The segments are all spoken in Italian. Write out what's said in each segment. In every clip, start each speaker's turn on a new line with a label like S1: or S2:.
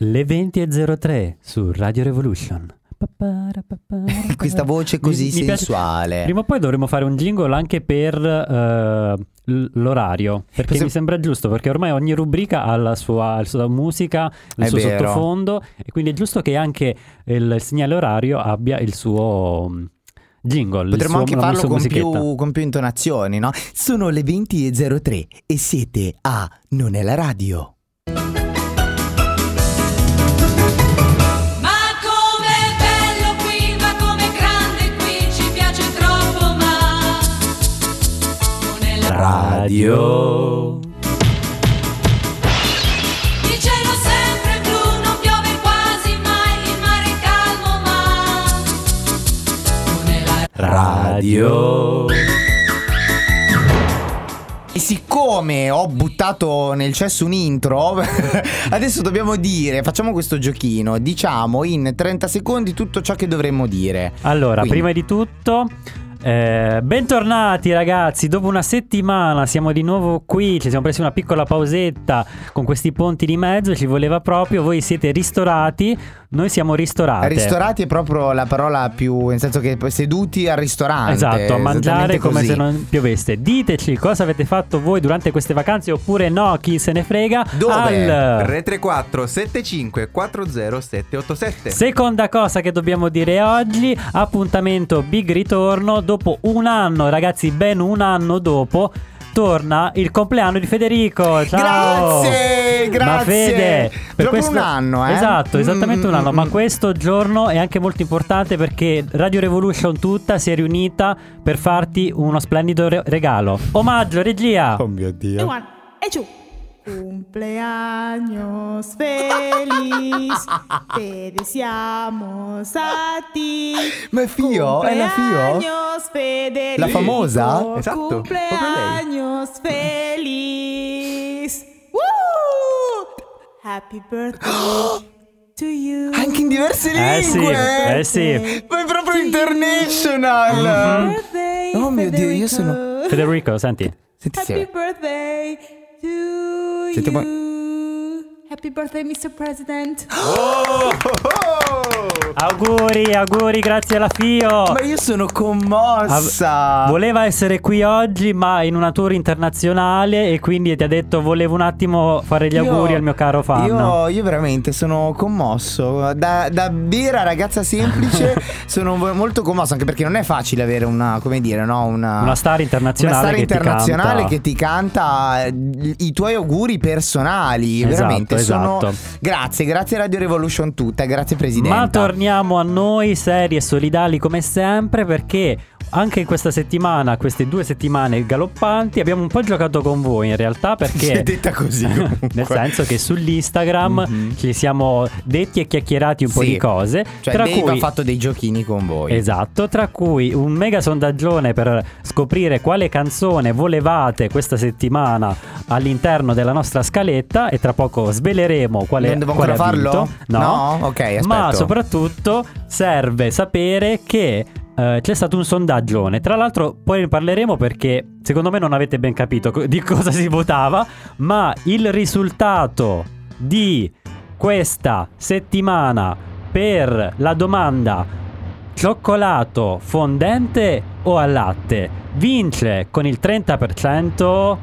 S1: Le 20.03 su Radio Revolution. Pa-pa-ra-pa-pa-ra-pa-ra.
S2: Questa voce così
S1: Eh, Mi- mi piace-
S2: sensuale.
S1: Prima o poi dovremmo fare un jingle anche per eh, l- l'orario, perché
S2: Questo-
S1: mi sembra giusto, perché ormai ogni rubrica ha la sua, la sua musica, il
S2: È
S1: suo
S2: vero.
S1: sottofondo, e quindi è giusto che anche il segnale orario abbia il suo mm, jingle. il
S2: Potremmo
S1: suo-
S2: anche
S1: la
S2: farlo
S1: sua
S2: con
S1: musichetta.
S2: più, con più intonazioni, no? Sono le 20.03 e siete a Non è la radio.
S3: Ma com'è bello qui, ma com'è grande qui, ci piace troppo, ma non è la
S1: Radio.
S3: Il cielo è sempre blu, non piove quasi mai, il mare è calmo, ma non è la
S1: Radio.
S2: E siccome ho buttato nel cesso un intro, adesso dobbiamo dire, facciamo questo giochino, diciamo in 30 secondi tutto ciò che dovremmo dire.
S1: Allora,
S2: Quindi.
S1: prima di tutto, eh, bentornati ragazzi. Dopo una settimana siamo di nuovo qui. Ci siamo presi una piccola pausetta con questi ponti di mezzo. Ci voleva proprio. Voi siete ristorati, noi siamo ristorati.
S2: Ristorati è proprio la parola più, nel senso che poi seduti al ristorante.
S1: Esatto, a mangiare
S2: esattamente
S1: come
S2: così.
S1: se non pioveste. Diteci cosa avete fatto voi durante queste vacanze oppure no, chi se ne frega.
S2: Dove?
S1: Al...
S4: 334 75 40 787
S1: Seconda cosa che dobbiamo dire oggi, appuntamento big ritorno dopo un anno, ragazzi, ben un anno dopo torna il compleanno di Federico. Ciao!
S2: Grazie, grazie.
S1: Ma Fede, per
S2: Dopo
S1: questo-
S2: un anno, eh?
S1: Esatto, esattamente un anno,
S2: Mm,
S1: ma
S2: mm,
S1: questo giorno è anche molto importante perché Radio Revolution tutta si è riunita per farti uno splendido re- regalo. Omaggio, regia.
S2: Oh mio
S5: E
S2: Dio.
S5: one, e two. Cumpleaños feliz, te deseamos a ti.
S2: Ma è Fio? È la Fio?
S5: Cumpleaños Federico,
S2: La famosa?
S4: Esatto, proprio lei.
S5: Cumpleaños feliz. Woo! Happy birthday to you.
S2: Anche in diverse
S1: Eh sì,
S2: lingue.
S1: eh sì. Mhm.
S2: Ma è proprio international.
S5: Happy birthday,
S2: Oh mio Dio, io sono-
S5: Federico.
S1: Federico, senti.
S2: Senti
S5: Happy
S2: se-
S5: birthday to
S2: Siete buoni.
S5: you. Happy birthday, Mr. President.
S2: Oh!
S1: Oh! Auguri, auguri, grazie alla Fio.
S2: Ma io sono
S1: Av-
S2: commossa.
S1: Voleva essere qui oggi, ma in una tour internazionale e quindi ti ha detto volevo un attimo fare gli
S2: Io-
S1: auguri al mio caro fan.
S2: Io, io veramente sono commosso. Da, da vera ragazza semplice sono vo- molto commosso, anche perché non è facile avere una, come dire, no? Una,
S1: Una star
S2: una
S1: internazionale
S2: star
S1: che ti
S2: internazionale
S1: canta.
S2: che ti canta eh, i tuoi auguri personali.
S1: Esatto,
S2: veramente sono.
S1: esatto.
S2: Grazie, grazie Radio Revolution tutta, grazie Presidente.
S1: Ma torniamo a noi seri e solidali come sempre perché anche questa settimana, queste due settimane galoppanti, abbiamo un po' giocato con voi in realtà
S2: Sì, è
S1: perché...
S2: detta così comunque.
S1: Nel senso che sull'Instagram
S2: Mhm.
S1: ci siamo detti e chiacchierati un po'
S2: Sì.
S1: di cose.
S2: Cioè,
S1: tra
S2: Dave
S1: cui
S2: ha fatto dei giochini con voi.
S1: Esatto, tra cui un mega sondaggione per scoprire quale canzone volevate questa settimana all'interno della nostra scaletta e tra poco sveleremo quale
S2: Non devo
S1: quale
S2: ancora
S1: ha vinto.
S2: farlo? No? Ok, aspetto.
S1: Ma soprattutto serve sapere che eh, c'è stato un sondaggione. Tra l'altro poi ne parleremo perché secondo me non avete ben capito co- di cosa si votava, ma il risultato di questa settimana per la domanda cioccolato fondente o al latte vince con il 30%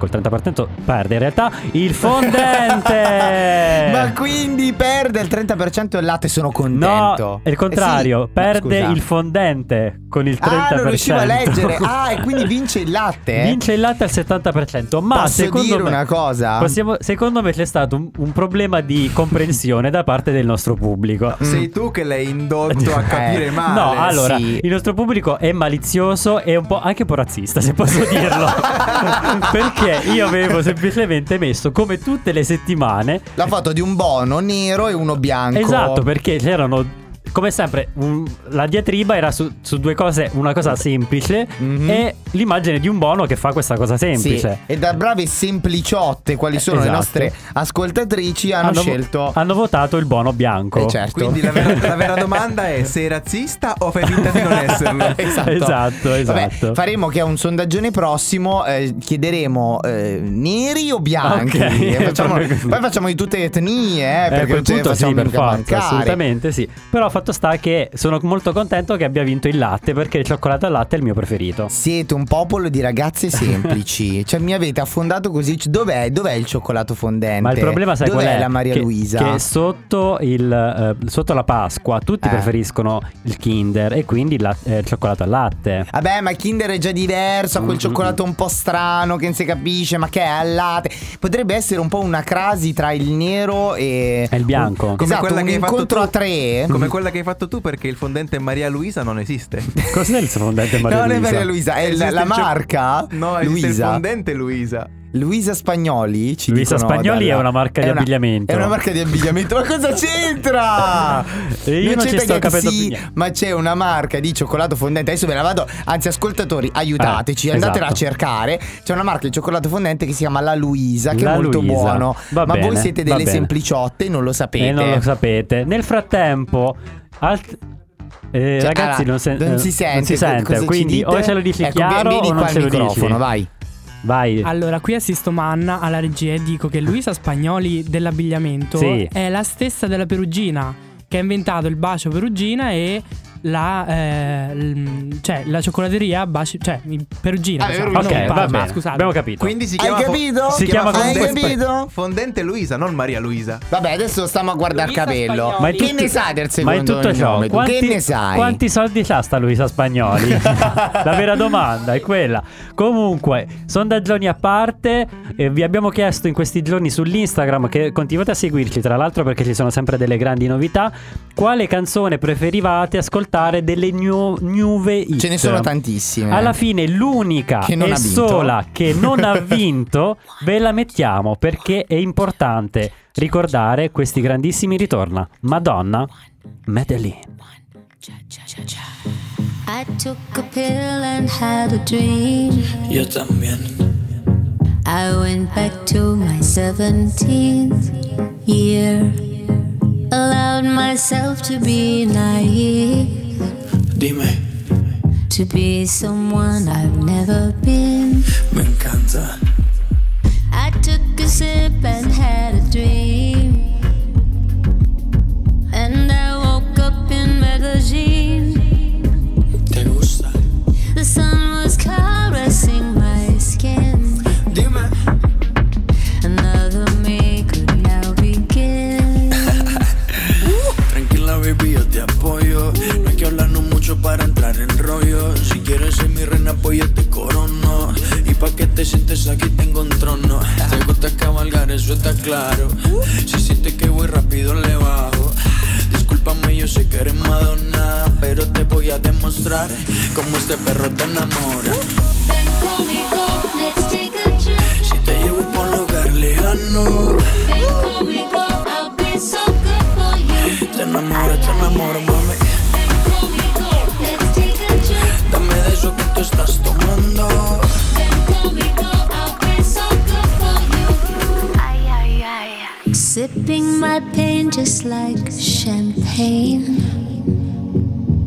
S1: col 30% perde in realtà il fondente
S2: Ma quindi perde il 30% il latte, sono contento.
S1: No, è il
S2: Eh
S1: contrario,
S2: sì, no,
S1: perde
S2: scusa.
S1: il fondente con il 30%.
S2: Ah, non riuscivo a leggere. Ah, e quindi vince il latte. eh?
S1: Vince il latte al 70%, ma
S2: Posso
S1: secondo
S2: dire
S1: me
S2: una cosa?
S1: possiamo- secondo me c'è stato un, un problema di comprensione da parte del nostro pubblico.
S4: Sei tu che l'hai indotto a capire
S2: Eh,
S4: male
S1: no, allora,
S2: sì.
S1: il nostro pubblico è malizioso e un po', anche un po' razzista, se posso dirlo. Perché io avevo semplicemente messo, come tutte le settimane,
S2: La foto di un bono nero e uno bianco.
S1: Esatto, perché c'erano come sempre, un- la diatriba era su, su due cose, una cosa semplice
S2: Mhm.
S1: e l'immagine di un bono che fa questa cosa semplice.
S2: Sì, e da brave sempliciotte, quali sono le
S1: Esatto.
S2: nostre ascoltatrici, hanno,
S1: vo-
S2: scelto.
S1: hanno votato il bono bianco.
S2: Eh, certo.
S4: Ecco. Quindi la vera, la vera domanda è se è razzista o fai finta di non esserlo.
S2: esatto.
S1: Esatto,
S2: Vabbè,
S1: esatto.
S2: faremo che a un sondaggione prossimo eh, chiederemo eh, neri o bianchi.
S1: Ok,
S2: E facciamo-
S1: proprio così.
S2: poi facciamo di tutte le etnie, eh,
S1: Eh,
S2: perché
S1: quel
S2: non ce ne
S1: punto sì,
S2: facciamo
S1: per
S2: mica
S1: forza,
S2: mancare.
S1: assolutamente sì. Però fatto sta che sono molto contento che abbia vinto il latte perché il cioccolato al latte è il mio preferito.
S2: Siete un popolo di ragazze semplici. cioè, mi avete affondato così. C- Dov'è, dov'è il cioccolato fondente?
S1: Ma il problema sai
S2: dov'è
S1: qual è?
S2: la Maria
S1: Che-
S2: Luisa?
S1: Che sotto, il, eh, sotto la Pasqua tutti
S2: Eh.
S1: preferiscono il Kinder e quindi il, la- eh, il cioccolato al latte.
S2: Vabbè, ma Kinder è già diverso, ha quel
S4: Mhm.
S2: cioccolato un po' strano che non si capisce, ma che è al latte. Potrebbe essere un po' una crasi tra il nero e...
S1: E il bianco.
S2: Un-
S1: Come
S2: esatto,
S4: quella
S2: un
S4: che hai fatto
S2: incontro
S4: tu.
S2: a tre.
S4: Come quella che hai fatto tu perché il fondente Maria Luisa non esiste.
S1: Cos'è il fondente Maria
S2: no, non è
S1: Luisa?
S2: Maria Luisa, è la,
S4: Esiste
S2: la
S4: il gio-
S2: marca
S4: No, esiste il
S2: Luisa.
S4: fondente Luisa.
S2: Luisa Spagnoli ci
S1: Luisa
S2: dicono
S1: Spagnoli
S2: dalla-
S1: è una marca di
S2: è una-
S1: abbigliamento.
S2: È una marca di abbigliamento, ma cosa c'entra?
S1: E io non ci
S2: c'entra
S1: sto
S2: che
S1: capendo
S2: sì,
S1: più niente.
S2: Ma c'è una marca di cioccolato fondente. Adesso ve la vado. Anzi, ascoltatori, aiutateci,
S1: Eh,
S2: andatela
S1: esatto.
S2: a cercare. C'è una marca di cioccolato fondente che si chiama La Luisa, che
S1: La
S2: è molto
S1: Luisa.
S2: buono.
S1: Va
S2: ma voi
S1: bene,
S2: siete
S1: va
S2: delle
S1: bene.
S2: sempliciotte e non lo sapete.
S1: E Eh, non lo sapete. Nel frattempo, alt- eh,
S2: Cioè,
S1: ragazzi,
S2: allora,
S1: non, se- eh,
S2: si sente,
S1: non si
S2: co-
S1: sente,
S2: cosa ci
S1: Quindi,
S2: dite?
S1: o ce lo dici
S2: Ecco,
S1: chiaro
S2: vieni
S1: o
S2: qua
S1: non
S2: al
S1: ce lo dici.
S2: microfono, vai.
S1: Vai.
S6: Allora, qui assisto Manna alla regia e dico che Luisa Spagnoli dell'abbigliamento
S1: Sì.
S6: è la stessa della Perugina, che ha inventato il bacio Perugina e la, eh, l- cioè, la cioccolateria bacio, cioè, il Perugina.
S2: Ah,
S6: scusate,
S2: Perugina.
S6: non
S1: ok,
S2: parla,
S1: va
S6: Parma,
S1: bene.
S6: scusate.
S1: Abbiamo capito.
S4: Quindi si
S2: Hai
S4: chiama fo-
S2: capito?
S1: si chiama
S2: Hai
S1: comunque-
S2: capito?
S4: fondente Luisa, non Maria Luisa.
S2: Vabbè, adesso stiamo a guardare
S6: Luisa
S2: capello.
S6: Spagnoli. Ma
S1: è
S2: che
S1: tutto-
S2: ne sai del
S1: Ma in
S2: secondo
S1: tutto ciò,
S2: nome? Tu
S1: quanti,
S2: che ne sai?
S1: quanti soldi c'ha sta Luisa Spagnoli? La vera domanda è quella. Comunque, sondaggioni a parte, eh, vi abbiamo chiesto in questi giorni sull'Instagram che continuate a seguirci, tra l'altro perché ci sono sempre delle grandi novità, quale canzone preferivate ascoltare delle new, nuove hit?
S2: Ce ne sono tantissime.
S1: Alla fine l'unica
S2: Eh. Che non
S1: e
S2: ha vinto.
S1: sola che non ha vinto ve la mettiamo perché è importante ricordare questi grandissimi ritorna. Madonna, Madeline.
S7: I took a pill and had a dream.
S8: Yo también.
S7: I went back to my 17th year. Allowed myself to be naive,
S8: Dime,
S7: to be someone I've never been.
S8: me encanta.
S7: I took a sip and had a dream. And I woke up in Medellin.
S8: ¿Te gusta?
S7: The sun was caressing my skin.
S8: Dime,
S7: Another me could now begin.
S8: tranquila baby, yo te apoyo. No hay que hablarnos mucho para entrar en rollo. Si quieres ser mi reina, pues yo te corono. Y pa' que te sientes aquí tengo un trono. Te gusta cabalgar, eso está claro. Si sientes que voy rápido, le bajo. Discúlpame, yo sé que eres Madonna, pero te voy a demostrar cómo este perro te enamora.
S7: Ven conmigo, let's take a trip.
S8: Si te llevo por un lugar lejano,
S7: Ven conmigo, I'll be so good for you.
S8: te enamoro, te enamoro, mami.
S7: Ven conmigo, let's take a trip.
S8: Dame de eso que tú estás tomando.
S7: Ven conmigo, I'll be so good for you. Ay, ay, ay. Sipping my pain just like champagne.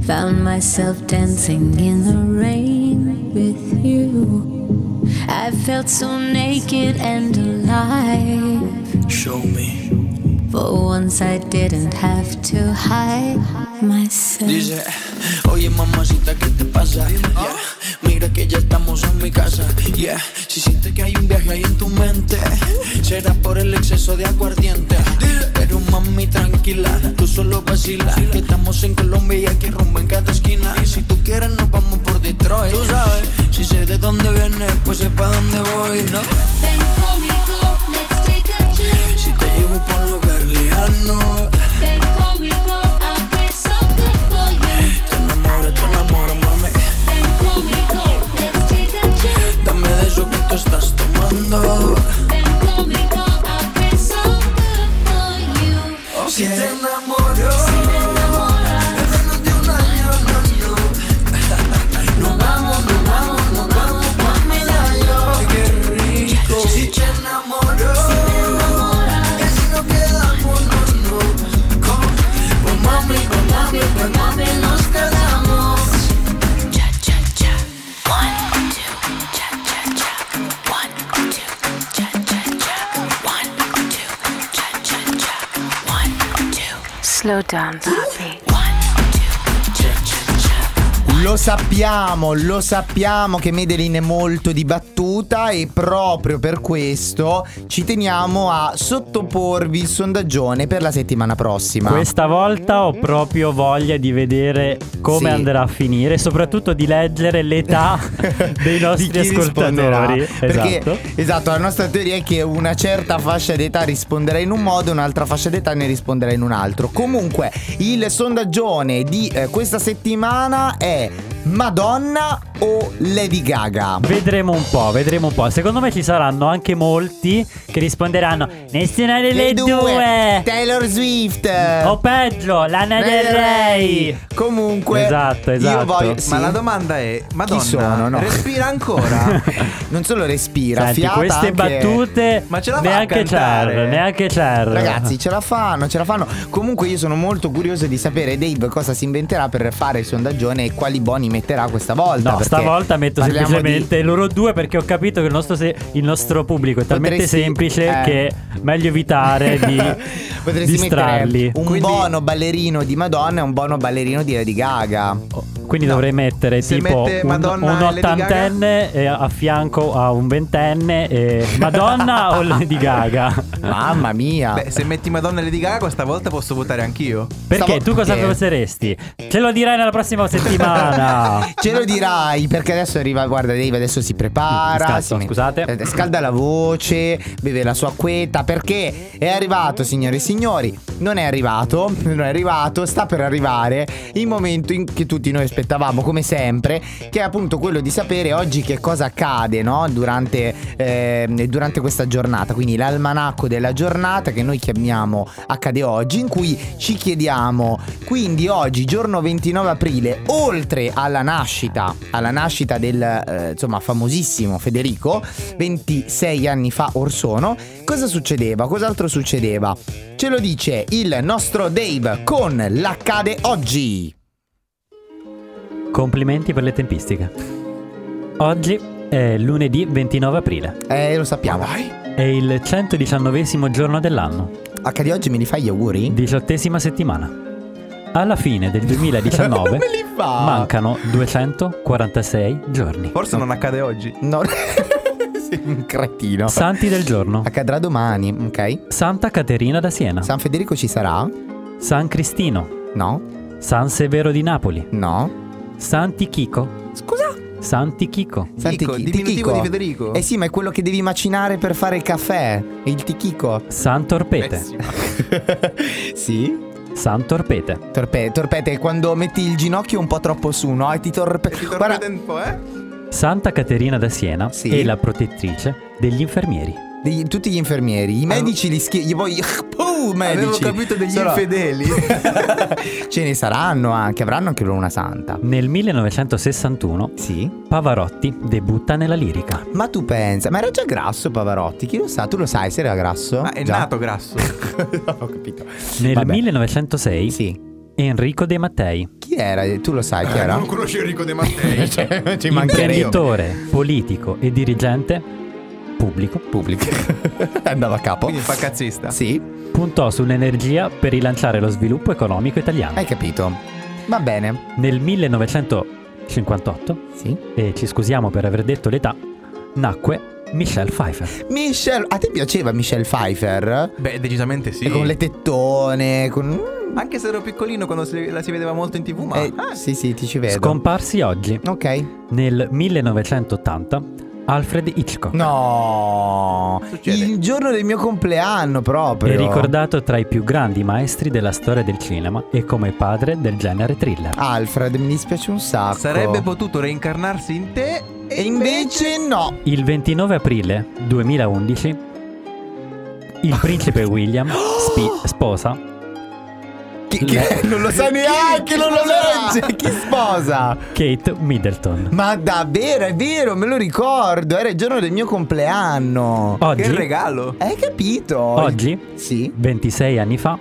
S7: Found myself dancing in the rain with you. I felt so naked and alive.
S8: Show me.
S7: For once I didn't have to hide myself.
S8: Dice, oye mamacita, ¿qué te pasa? Yeah. Mira que ya estamos en mi casa. Yeah. Si sientes que hay un viaje ahí en tu mente, será por el exceso de aguardiente. Pero mami, tranquila, tú solo vacila. Que estamos en Colombia y aquí rumbo en cada esquina. Y si tú quieres, nos vamos por Detroit. Tú sabes, si sé de dónde vienes, pues sé pa' dónde voy. ¿no?
S7: Ven conmigo, let's take a trip.
S8: Si te llevo por un lugar lejano,
S7: Ven conmigo, I'll be so good for you.
S8: te enamoro, te enamoro, mami.
S7: Ven conmigo, let's take a trip.
S8: Dame de eso que tú estás tomando.
S7: Ven conmigo, I'll be so good for you.
S8: Si te enamoro,
S7: Enamora,
S9: slow down, Poppy.
S2: Lo sappiamo, lo sappiamo che Medellin è molto dibattuta e proprio per questo ci teniamo a sottoporvi il sondaggione per la settimana prossima.
S1: Questa volta ho proprio voglia di vedere come
S2: Sì.
S1: andrà a finire e soprattutto di leggere l'età dei nostri
S2: Di chi risponderà.
S1: ascoltatori.
S2: Perché,
S1: Esatto.
S2: esatto, la nostra teoria è che una certa fascia d'età risponderà in un modo, un'altra fascia d'età ne risponderà in un altro. Comunque, il sondaggione di eh, questa settimana è Madonna o Lady Gaga?
S1: Vedremo un po', vedremo un po'. Secondo me ci saranno anche molti che risponderanno Nessuna delle due.
S2: Taylor Swift.
S1: O peggio, Lana del Rey.
S2: Comunque,
S1: Esatto,
S2: Io
S1: esatto.
S2: voglio, sì.
S4: Ma la domanda è: Madonna,
S2: sono, no?
S4: respira ancora?
S2: non solo respira,
S1: Senti,
S2: fiata
S1: queste
S2: anche-
S1: battute
S4: Ma ce la fa a
S1: neanche
S4: cantare?
S1: Cher, neanche Cher.
S2: Ragazzi, ce la fanno, ce la fanno. Comunque, io sono molto curioso di sapere, Dave, cosa si inventerà per fare il sondaggione e quali boni metterà questa volta.
S1: No,
S2: perché
S1: stavolta metto
S2: parliamo di-
S1: semplicemente loro due perché ho capito che il nostro, se- il nostro pubblico è talmente
S2: Potresti-
S1: semplice
S2: eh.
S1: che meglio evitare di
S2: Potresti
S1: distrarli.
S2: mettere un
S4: Quindi-
S2: buono ballerino di Madonna e un buono ballerino di Lady Gaga.
S1: Quindi dovrei mettere
S4: Se
S1: tipo
S4: mette
S1: un,
S4: Madonna
S1: un
S4: e Lady Gaga?
S1: ottantenne eh, a fianco a un ventenne e Madonna Oh o Lady Gaga?
S2: Mamma mia.
S4: Beh, se metti Madonna e Lady Gaga, stavolta posso votare anch'io.
S1: Perché tu cosa
S2: perché?
S1: penseresti? Ce lo dirai nella prossima settimana.
S2: Ce lo dirai perché adesso arriva, guarda Dave adesso si prepara,
S1: Scalzo,
S2: si mette-
S1: Mm, scusate.
S2: eh, scalda la voce, beve la sua acquetta perché è arrivato signore e signori, non è arrivato, non è arrivato, sta per arrivare il momento in che tutti noi aspettavamo come sempre, che è appunto quello di sapere oggi che cosa accade no? durante, ehm, durante questa giornata, quindi l'almanacco della giornata che noi chiamiamo Accade oggi in cui ci chiediamo quindi oggi, giorno 29 aprile, oltre alla nascita, alla nascita del eh, insomma famosissimo Federico, 26 anni fa or sono, cosa succedeva? Cos'altro succedeva? Ce lo dice il nostro Dave con l'accade oggi.
S1: Complimenti per le tempistiche. Oggi è lunedì 29 aprile.
S2: Eh, lo sappiamo.
S1: È il 119 giorno dell'anno.
S2: Accade oggi mi li fai gli auguri?
S1: Diciottesima settimana. Alla fine del 2019
S2: Non me li fa.
S1: mancano 246 giorni.
S4: Forse non accade oggi.
S2: No. Sei un cretino.
S1: Santi del giorno.
S2: Accadrà domani, ok?
S1: Santa Caterina da Siena.
S2: San Federico ci sarà?
S1: San Cristino.
S2: No?
S1: San Severo di Napoli.
S2: No?
S1: Santi Chico.
S2: Scusa?
S1: Santi Chico.
S4: Tico, diminutivo di Federico.
S2: Eh sì, ma è quello che devi macinare per fare il caffè. Il tichico.
S1: San Torpete.
S4: Pessima.
S2: sì?
S1: San Torpete.
S2: Torpe- torpete, è quando metti il ginocchio un po' troppo su, no? E ti torpe.
S4: Ti torna
S2: Guarda,
S4: un po', eh?
S1: Santa Caterina da Siena
S2: Sì.
S1: è la protettrice degli infermieri.
S2: degli- tutti gli infermieri, i medici li schiacci. Gli voglio. Puh, medici.
S4: Avevo capito degli
S2: Solo-
S4: infedeli.
S2: Ce ne saranno anche, avranno anche loro una santa.
S1: Nel 1961
S2: Sì.
S1: Pavarotti debutta nella lirica.
S2: Ma tu pensa, ma era già grasso Pavarotti? Chi lo sa? Tu lo sai se era grasso?
S4: Ma è
S2: Già?
S4: nato grasso.
S2: No, Ho capito.
S1: Nel
S2: Vabbè.
S1: 1906
S2: Sì.
S1: Enrico De Mattei
S2: Chi era? Tu lo sai chi era?
S4: conosci Enrico De Mattei.
S2: cioè, ci
S1: Imprenditore, politico e dirigente pubblico
S2: Pubblico. Andava a capo.
S4: Quindi fa cazzista.
S2: Sì,
S1: puntò sull'energia per rilanciare lo sviluppo economico italiano.
S2: hai capito. Va bene.
S1: Nel 1958,
S2: Sì.
S1: e ci scusiamo per aver detto l'età, nacque Michelle Pfeiffer.
S2: Michelle, a te piaceva Michelle Pfeiffer?
S4: Beh, decisamente sì.
S2: E Con le tettone, con...
S4: Anche se ero piccolino quando si- la si vedeva molto in tv, ma.
S2: Eh,
S4: Ah,
S2: Sì, sì, ti ci vedo.
S1: Scomparsi oggi,
S2: ok.
S1: nel 1980, Alfred Hitchcock.
S2: No.
S4: Succede.
S2: Il giorno del mio compleanno proprio.
S1: È ricordato tra i più grandi maestri della storia del cinema e come padre del genere thriller.
S2: Alfred, mi dispiace un sacco.
S4: Sarebbe potuto reincarnarsi in te
S2: E invece no.
S1: Il 29 aprile 2011
S2: Ah.
S1: il principe William spi- sposa
S2: Chi- chi-
S1: Le-
S2: non lo sa neanche, non lo legge. Chi sposa?
S1: Kate Middleton.
S2: Ma davvero, è vero, me lo ricordo. Era il giorno del mio compleanno.
S4: Che
S1: Oggi,
S4: regalo!
S2: Hai capito?
S1: oggi,
S2: Sì.
S1: 26 anni fa,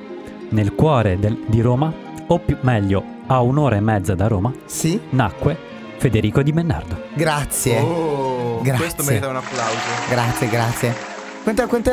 S1: nel cuore del- di Roma, o più meglio a un'ora e mezza da Roma,
S2: Sì.
S1: nacque Federico Di Bernardo.
S2: Grazie.
S4: Oh,
S2: Grazie.
S4: Questo merita un applauso.
S2: Grazie, grazie. Quante, quante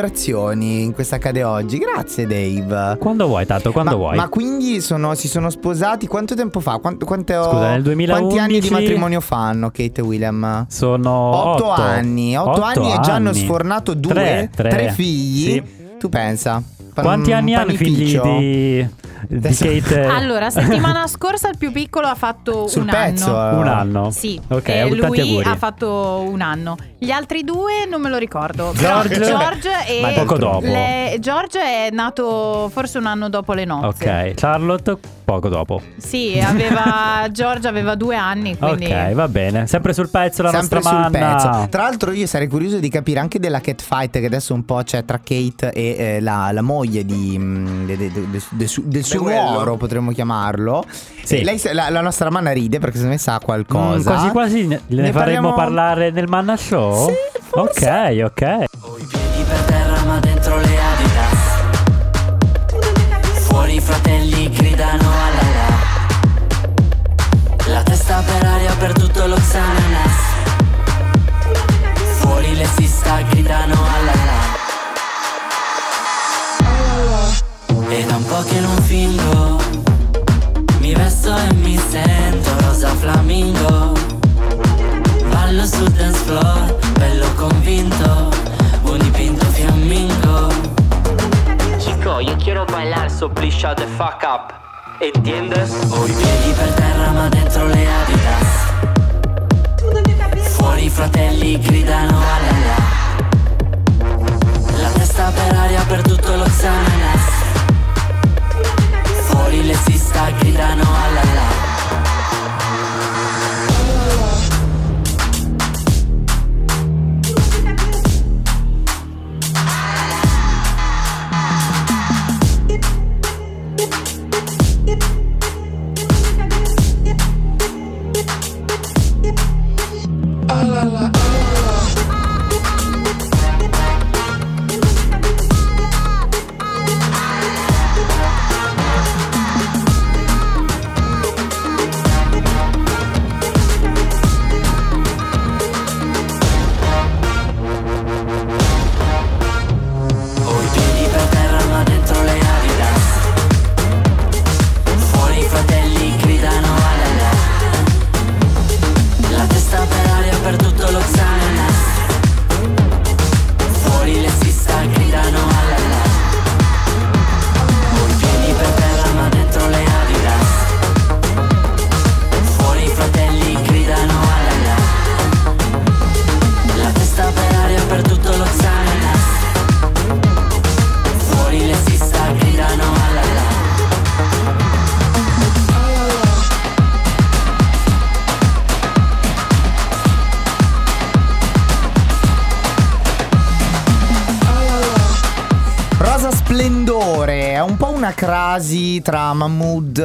S2: autocelebrazioni in questa cade oggi. Grazie, Dave.
S1: Quando vuoi, tanto, quando
S2: ma,
S1: vuoi.
S2: ma quindi sono- si sono sposati quanto tempo fa? Quanto, quante ho-
S1: Scusa, nel 2011
S2: Quanti anni di matrimonio fanno Kate e William?
S1: Sono
S2: 8
S1: otto.
S2: anni. 8
S1: Otto
S2: anni e già hanno
S1: anni.
S2: sfornato due,
S1: Tre, tre.
S2: figli.
S1: Sì.
S2: Tu pensa? Pan-
S1: Quanti anni hanno i figli
S2: panificio.
S1: di, di
S2: Adesso-
S1: Kate?
S9: Allora, settimana scorsa il più piccolo ha fatto
S2: Sul
S9: un
S2: pezzo, eh.
S9: anno.
S1: Un anno.
S9: Sì,
S1: Ok,
S9: e
S1: tanti
S9: lui
S1: auguri.
S9: ha fatto un anno. Gli altri due non me lo ricordo. Però
S1: George-
S9: George
S1: Ma
S9: e
S1: poco dopo.
S9: le- George è nato forse un anno dopo le nozze.
S1: Ok, Charlotte poco dopo.
S9: Sì, aveva George aveva due anni, quindi
S1: Ok, va bene. Sempre sul pezzo la
S2: Sempre
S1: nostra
S2: sul
S1: manna.
S2: pezzo. Tra l'altro, io sarei curioso di capire anche della catfight che adesso un po' c'è tra Kate e eh, la, la moglie di, mm, de- de- de- de- de- su- del suo
S10: quello.
S2: uomo, potremmo chiamarlo.
S1: Sì.
S2: E Eh, lei, la, la nostra manna ride perché secondo me sa
S1: Mm,
S2: qualcosa.
S1: quasi quasi ne, ne
S2: Ne parliamo-
S1: faremo parlare nel manna show?
S2: Sì, forse.
S1: Ok, ok.
S11: Ho i piedi per terra ma dentro le adidas Fuori i fratelli gridano alla la La testa per aria per tutto lo Xananas Fuori le sista gridano alla la È da un po' che non fingo Mi vesto e mi sento rosa flamingo Ballo sul dance floor, bello convinto, un dipinto fiammingo. Chico, yo quiero bailar, so please shut the fuck up. ¿Entiendes? Ho i piedi per terra ma dentro le adidas. Fuori i fratelli gridano alla la. La testa per aria per tutto lo Xananas. Fuori le sista gridano alla la. Ho i piedi per terra ma dentro le adidas Fuori i fratelli gridano alla la La testa per aria per tutto lo Xananas Fuori le sista gridano alla la Ho i piedi per terra ma dentro le adidas Fuori i fratelli gridano alla la La testa per aria per tutto lo Xananas Fuori le sista gridano alla la
S2: Rosa Splendore è un po' una crasi tra Mahmood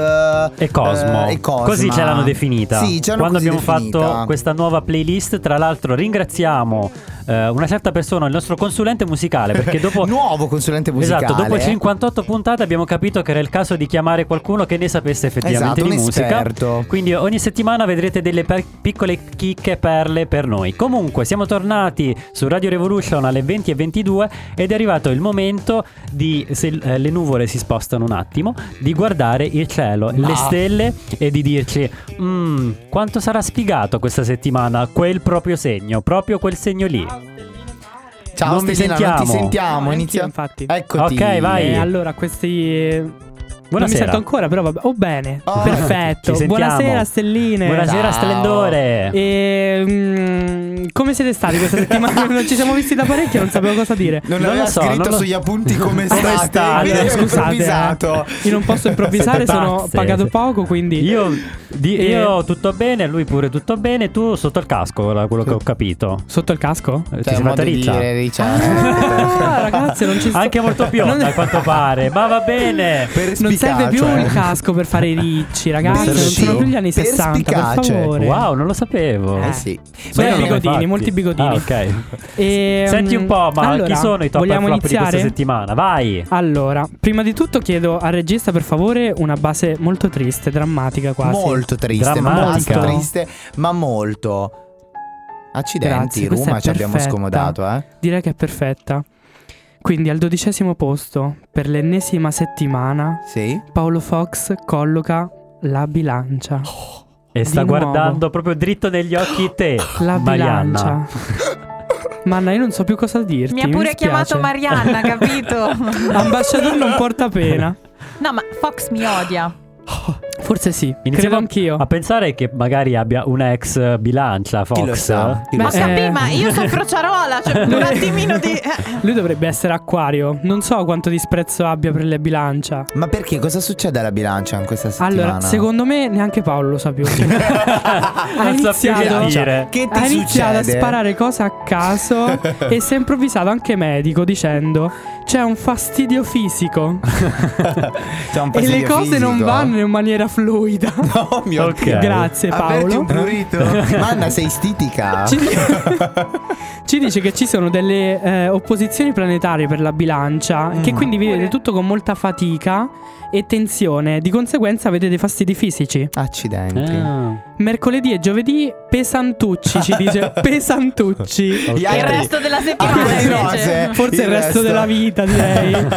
S2: eh,
S1: E Cosmo.
S2: eh, e Cosma.
S1: Così ce l'hanno definita.
S2: Sì, ce l'hanno
S1: Quando
S2: così
S1: abbiamo
S2: definita.
S1: fatto questa nuova playlist, tra l'altro ringraziamo eh, una certa persona, il nostro consulente musicale, perché dopo...
S2: nuovo consulente musicale.
S1: Esatto, dopo
S2: eh.
S1: 58 puntate abbiamo capito che era il caso di chiamare qualcuno che ne sapesse effettivamente
S2: Esatto, un
S1: di musica.
S2: esperto.
S1: Quindi ogni settimana vedrete delle pe- piccole chicche perle per noi. Comunque, siamo tornati su Radio Revolution alle 20 e 22 ed è arrivato il momento di, se eh, le nuvole si spostano un attimo, di guardare il cielo,
S2: Ah.
S1: le stelle e di dirci "Mm, quanto sarà spigato questa settimana quel proprio segno, proprio quel segno lì.
S2: Ciao,
S1: non
S2: Stellina, non ti
S1: vi sentiamo.
S2: sentiamo.
S6: No,
S2: Inizia...
S6: infatti.
S2: Eccoti. Cioè,
S1: Ok, vai.
S6: E allora questi eh, Non mi
S1: Buonasera.
S6: sento ancora, però vabbè. Oh bene,
S2: Oh,
S6: perfetto.
S1: Ci sentiamo.
S6: Buonasera stelline.
S1: Buonasera
S2: Ciao.
S1: splendore.
S6: E, mm, come siete stati questa settimana? non ci siamo visti da parecchio, non sapevo cosa dire.
S2: Non,
S1: Non
S2: aveva
S1: lo so,
S2: scritto
S1: non lo-
S2: sugli appunti come
S1: Come
S2: state,
S1: state?
S2: quindi
S1: Allora,
S2: abbiamo
S6: scusate,
S2: improvvisato.
S6: eh. Io non posso improvvisare,
S1: Siete
S6: sono
S1: pazze.
S6: pagato poco, quindi
S1: Io, di-
S6: Eh.
S1: io tutto bene, lui pure tutto bene, tu sotto il casco, da quello che ho capito.
S6: sotto il casco?
S1: Eh,
S2: Cioè,
S1: Ti sei
S2: un modo
S1: fatta
S2: di
S1: riccia.
S2: dire, diciamo.
S6: Ah, ragazzi, non ci sto-
S1: Anche molto
S6: Non-
S1: bionda a quanto pare, ma va bene.
S2: Per
S6: Non serve più
S2: perspicacia.
S6: il casco per fare i ricci, ragazzi. Non
S1: serve
S6: sono
S1: più.
S6: più gli anni 60, per
S2: Perspicace.
S6: favore.
S1: Wow, non lo sapevo.
S2: Eh sì.
S1: Ma io
S6: Beh,
S1: non l'ho
S6: bigodini,
S1: fatti.
S6: molti bigodini.
S1: Ah, ok.
S6: Ehm,
S1: Senti un po', ma
S6: allora,
S1: chi sono i top and
S6: vogliamo
S1: flop di questa
S6: iniziare?
S1: settimana? Vai.
S6: Allora, prima di tutto chiedo al regista per favore una base molto triste, drammatica quasi.
S2: Molto triste,
S1: Drammatica.
S2: molto triste, ma molto. Accidenti,
S6: Grazie, questa
S2: Roma
S6: è
S2: ci abbiamo
S6: perfetta.
S2: scomodato, eh.
S6: Direi che è perfetta. Quindi al dodicesimo posto, per l'ennesima settimana,
S2: Sì.
S6: Paolo Fox colloca la bilancia.
S1: Oh, E sta
S6: Di
S1: guardando
S6: nuovo.
S1: proprio dritto negli occhi te,
S6: La
S1: Marianna.
S6: bilancia. Manna, io non so più cosa dirti.
S9: Mi ha pure chiamato
S6: dispiace.
S9: Marianna, capito?
S6: Ambasciatore non porta pena.
S9: No, ma Fox mi odia.
S6: Forse sì.
S1: Iniziamo
S6: Credo anch'io.
S1: A pensare che magari abbia una ex bilancia, Fox.
S2: Chi lo sa? Chi
S6: Ma-
S2: lo
S9: Ma
S2: sa?
S9: capì,
S6: Eh.
S9: ma io sono crociarola, cioè un attimino di... eh.
S6: Lui dovrebbe essere acquario. Non so quanto disprezzo abbia per le bilancia.
S2: Ma perché cosa succede alla bilancia in questa settimana?
S6: Allora, secondo me neanche Paolo lo sa più.
S1: non so più che
S6: iniziato-
S1: dire.
S2: Che ti
S6: Esatto. Cioè, ha iniziato
S2: succede?
S6: a sparare cose a caso e si è improvvisato anche medico dicendo c'è un fastidio fisico
S2: C'è un
S6: e
S2: fastidio
S6: le cose
S2: fisico?
S6: non vanno in maniera fluida.
S2: Oh mio
S1: Ok.
S2: Dio.
S6: Grazie
S4: Aperti un
S6: Paolo.
S4: prurito.
S2: Manna, sei stitica?
S6: Ci, ci dice che ci sono delle eh, opposizioni planetarie per la bilancia
S2: Mm.
S6: che quindi vedete tutto con molta fatica e tensione, di conseguenza avete dei fastidi fisici.
S2: Accidenti.
S6: Eh.
S1: Ah.
S6: Mercoledì e giovedì pesantucci, ci dice pesantucci.
S2: Gli
S9: Il
S2: altri-
S9: resto della
S2: Ah,
S9: settimana
S2: quelle
S9: invece...
S2: rose.
S6: Forse il, resto, della vita, direi.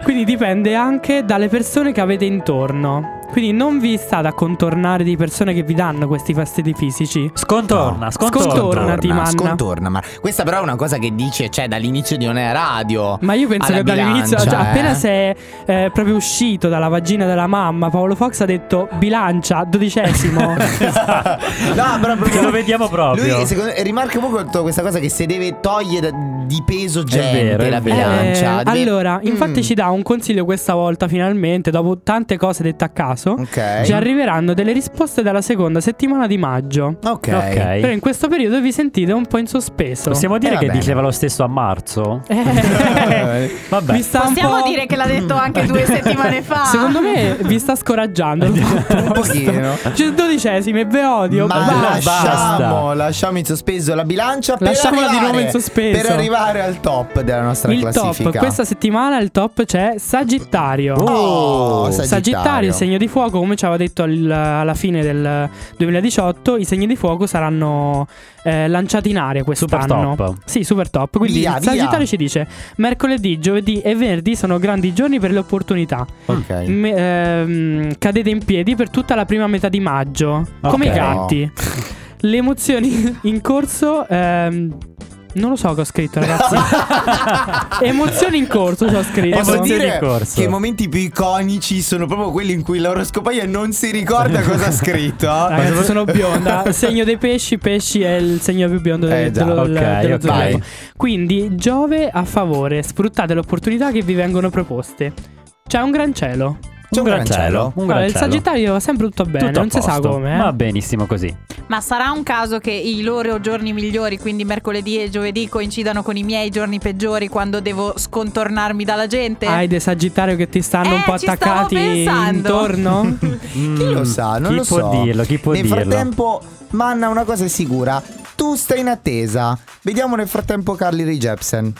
S6: Quindi dipende anche dalle persone che avete intorno. Quindi non vi state a contornare di persone che vi danno questi fastidi fisici.
S1: Scontorna, scontorna.
S6: Scontorna. Tornati, Manna.
S2: scontorna, ma questa però è una cosa che dice, cioè, dall'inizio di una radio.
S6: Ma io penso
S2: Alla
S6: che dall'inizio,
S2: bilancia,
S6: cioè,
S2: eh.
S6: appena sei eh, proprio uscito dalla vagina della mamma, Paolo Fox ha detto bilancia, dodicesimo. esatto.
S2: no, però proprio-
S1: Ce lo vediamo proprio.
S2: Lui secondo, rimarca molto questa cosa che se deve togliere di peso gente
S1: vero, è
S2: la
S1: vero.
S2: bilancia.
S6: Eh,
S2: Deve-
S6: allora, infatti
S2: Mm.
S6: ci dà un consiglio questa volta finalmente, dopo tante cose dette a caso.
S2: Ok.
S6: Ci arriveranno delle risposte dalla seconda settimana di maggio.
S2: Ok.
S1: Ok.
S6: Però in questo periodo vi sentite un po' in sospeso.
S1: Possiamo dire
S2: va
S1: che
S2: bene.
S1: diceva lo stesso a marzo?
S6: Eh,
S1: Vabbè.
S6: vi sta un
S9: Possiamo
S6: po'-
S9: dire che l'ha detto anche due settimane fa.
S6: Secondo me vi sta scoraggiando.
S2: Un pochino.
S6: Cioè, dodicesime, ve odio.
S2: Ma
S6: basta.
S2: lasciamo, lasciamo in sospeso la bilancia per
S6: Lasciamola di
S2: arrivare-
S6: nuovo in sospeso.
S2: Per arrivare al top della nostra
S6: Il
S2: classifica.
S6: top, questa settimana il top c'è Sagittario.
S2: Oh,
S6: Sagittario, segno di fuoco, come ci aveva detto al- alla fine del 2018, i segni di fuoco saranno eh, lanciati in aria quest'anno.
S1: Super top.
S6: Sì, super top. Quindi
S2: Via,
S6: il Sagittario
S2: via.
S6: ci dice: mercoledì, giovedì e venerdì sono grandi giorni per le opportunità.
S2: Ok.
S1: Mm.
S6: Me- ehm, cadete in piedi per tutta la prima metà di maggio, come i
S1: Ok.
S6: gatti. Le emozioni in corso. ehm, non lo so che ho scritto, ragazzi.
S1: Ah.
S6: emozioni in corso, ci ho scritto.
S2: Posso
S1: Emozioni
S2: dire
S1: in corso.
S2: che i momenti più iconici sono proprio quelli in cui l'oroscopaia non si ricorda cosa ha scritto.
S6: Ragazzi, sono bionda. Segno dei pesci, pesci è il segno più biondo del,
S2: Eh già,
S6: dello,
S1: ok,
S6: dello
S1: ok.
S6: zodiaco. Quindi, Giove a favore, sfruttate le opportunità che vi vengono proposte. C'è un gran cielo.
S2: C'è un gran cielo.
S1: Un
S6: Allora,
S1: gran
S6: il
S1: cielo.
S6: Sagittario è sempre tutto bene,
S1: Tutto a
S6: non si sa
S1: posto.
S6: come. eh.
S1: Va benissimo così.
S9: Ma sarà un caso che i loro giorni migliori, quindi mercoledì e giovedì, coincidano con i miei giorni peggiori quando devo scontornarmi dalla gente?
S6: Hai dei Sagittario che ti stanno
S9: Eh,
S6: un po'
S9: ci stavo
S6: attaccati
S9: pensando.
S6: intorno?
S2: Chi lo sa? Non
S1: Mm. chi
S2: lo
S1: può
S2: so.
S1: dirlo? Chi può
S2: nel
S1: dirlo?
S2: frattempo, Manna, una cosa è sicura. Tu stai in attesa. Vediamo nel frattempo Carly Rae Jepsen.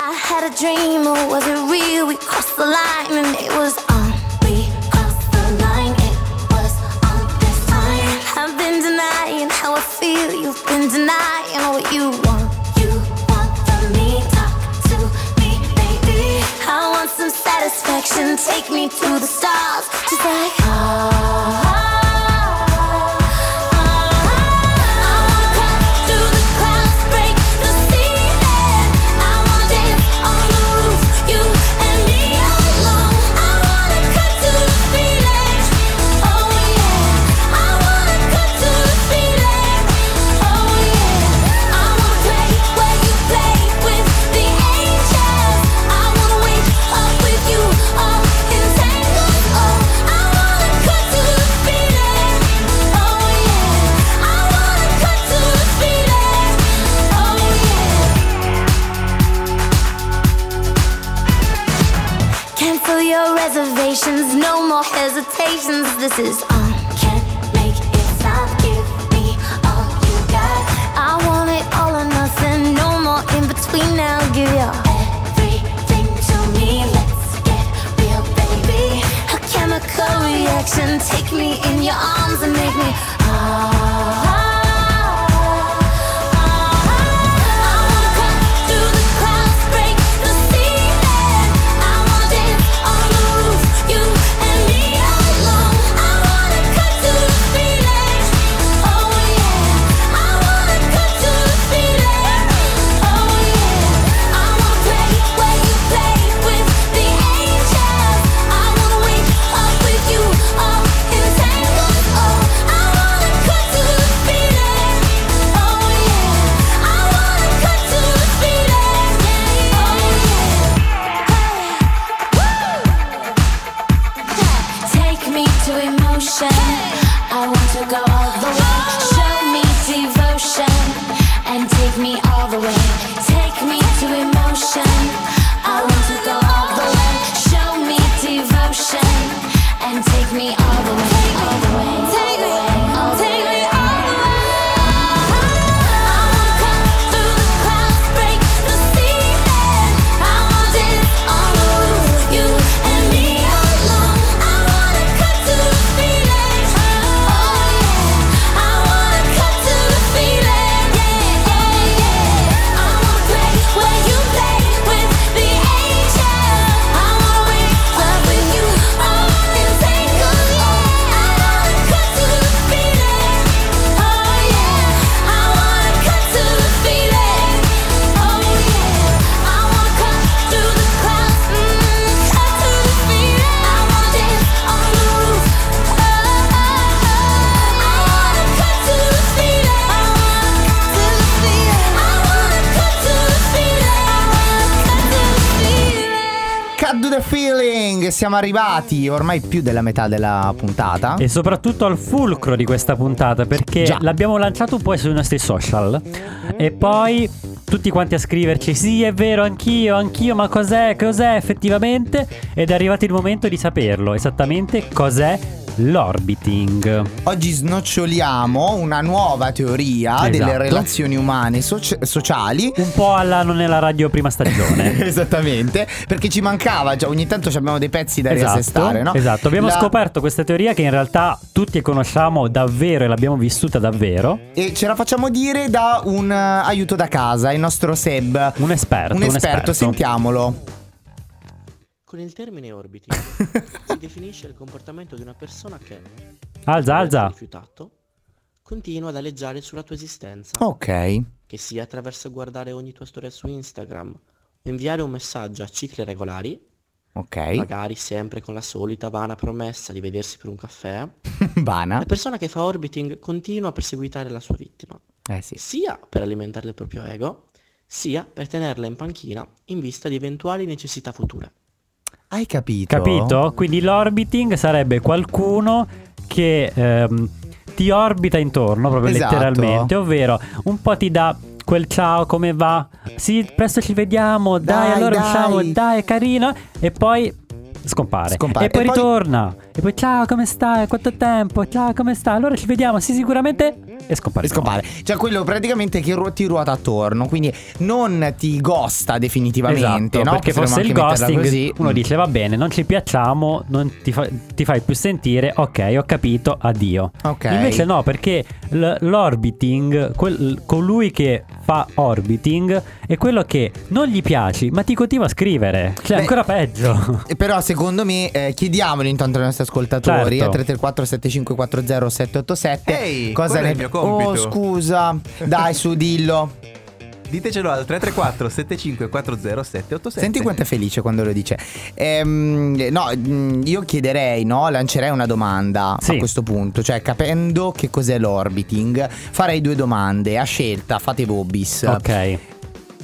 S3: I had a dream, or was it real? We crossed the line and it was on. We crossed the line, it was on this time. I've been denying how I feel. You've been denying what you want. You want from me, talk to me, baby. I want some satisfaction. Take me to the stars, just like ah, to the clouds, break the ceiling. I wanna dance on the roof, you and me alone. I wanna cut to the feeling, oh yeah. I wanna cut to the feeling, oh yeah. I wanna play where you play with the angels. I wanna wake up with you all entangled. Oh, I wanna cut to the feeling, oh yeah. I wanna cut to the feeling, oh yeah. Cancel your reservations, no more hesitations. This is on. Can't make it stop. Give me all you got. I want it all or nothing. No more in between now. Give your everything to me. Let's get real, baby. A chemical reaction. Take me in your arms and make me. ah, ah, ah, ah. Oh, ocean. I want to go all the way. Show me devotion and take me all the way. Take me to emotion. I want to go all the way. Show me devotion and take me all the way. All the way. Take me. Take me all the way. I wanna come through the clouds, break the sea, and I want this all over you and me alone. I wanna cut to the feeling, oh yeah. I wanna cut to the feeling, yeah, yeah, yeah. I wanna break where you play with the angel. I wanna wake up with you, oh entangled, yeah. I wanna cut to the feeling, oh yeah. I wanna cut to the feeling, oh yeah. I wanna cut through the clouds, cut through the feeling. I wanna dance on the roof, I wanna cut through the feeling, I wanna cut through the feeling, I wanna cut through the feeling, I wanna cut through the feeling.
S2: Cut to the feeling, siamo arrivati ormai più della metà della puntata.
S1: E soprattutto al fulcro di questa puntata perché
S2: Già.
S1: l'abbiamo lanciato un po' sui nostri social e poi tutti quanti a scriverci sì è vero anch'io, anch'io ma cos'è, cos'è effettivamente ed è arrivato il momento di saperlo esattamente cos'è l'orbiting.
S2: Oggi snoccioliamo una nuova teoria delle
S1: Esatto.
S2: relazioni umane soci- sociali.
S1: Un po' alla non è la radio prima stagione.
S2: Esattamente, perché ci mancava già ogni tanto ci abbiamo dei pezzi da riassestare, no?
S1: esatto, abbiamo
S2: La-
S1: scoperto questa teoria che in realtà tutti conosciamo davvero e l'abbiamo vissuta davvero.
S2: E ce la facciamo dire da un eh, aiuto da casa, il nostro Seb.
S1: Un esperto,
S2: un esperto. sentiamolo.
S12: Con il termine orbiting si definisce il comportamento di una persona che,
S1: Alza,
S12: dopo aver
S1: alza.
S12: rifiutato, continua ad aleggiare sulla tua esistenza,
S2: Ok.
S12: che sia attraverso guardare ogni tua storia su Instagram, o inviare un messaggio a cicli regolari,
S2: Ok.
S12: magari sempre con la solita vana promessa di vedersi per un caffè.
S2: Bana.
S12: La persona che fa orbiting continua a perseguitare la sua vittima,
S2: Eh sì.
S12: sia per alimentare il proprio ego, sia per tenerla in panchina in vista di eventuali necessità future.
S2: Hai capito?
S1: Capito? Quindi l'orbiting sarebbe qualcuno che ehm, ti orbita intorno, proprio
S2: Esatto.
S1: letteralmente, ovvero un po' ti dà quel ciao, come va? Sì, presto ci vediamo, dai,
S2: Dai,
S1: allora
S2: dai.
S1: usciamo, dai, è carino, e poi scompare.
S2: Scompare.
S1: E poi
S2: E poi-
S1: ritorna, e poi ciao, come stai? Quanto tempo? Ciao, come stai? Allora ci vediamo, sì, sicuramente, e scompare.
S2: E scompare. Cioè, quello praticamente che ru- ti ruota attorno. Quindi non ti gosta definitivamente.
S1: Esatto,
S2: no?
S1: perché
S2: Potremmo
S1: fosse il
S2: anche metterla
S1: ghosting,
S2: così.
S1: uno
S2: Mm.
S1: dice va bene, non ci piacciamo, non ti, fa- ti fai più sentire, ok, ho capito, addio.
S2: Ok.
S1: Invece no, perché l- l'orbiting, quel- colui che fa orbiting, è quello che non gli piaci, ma ti continua a scrivere. Cioè,
S2: Beh,
S1: ancora peggio.
S2: E Però secondo me eh, chiediamolo intanto ai nostri ascoltatori eh,
S1: Certo.
S2: a 334 7540 787
S4: Ehi, quello è il mio compito.
S2: Oh scusa Dai su dillo
S4: Ditecelo al 334 7540 787
S2: Senti quanto è felice quando lo dice Ehm, No mm, io chiederei no Lancerei una domanda
S1: Sì.
S2: a questo punto Cioè capendo che cos'è l'orbiting Farei due domande a scelta Fate bobbis
S1: ok.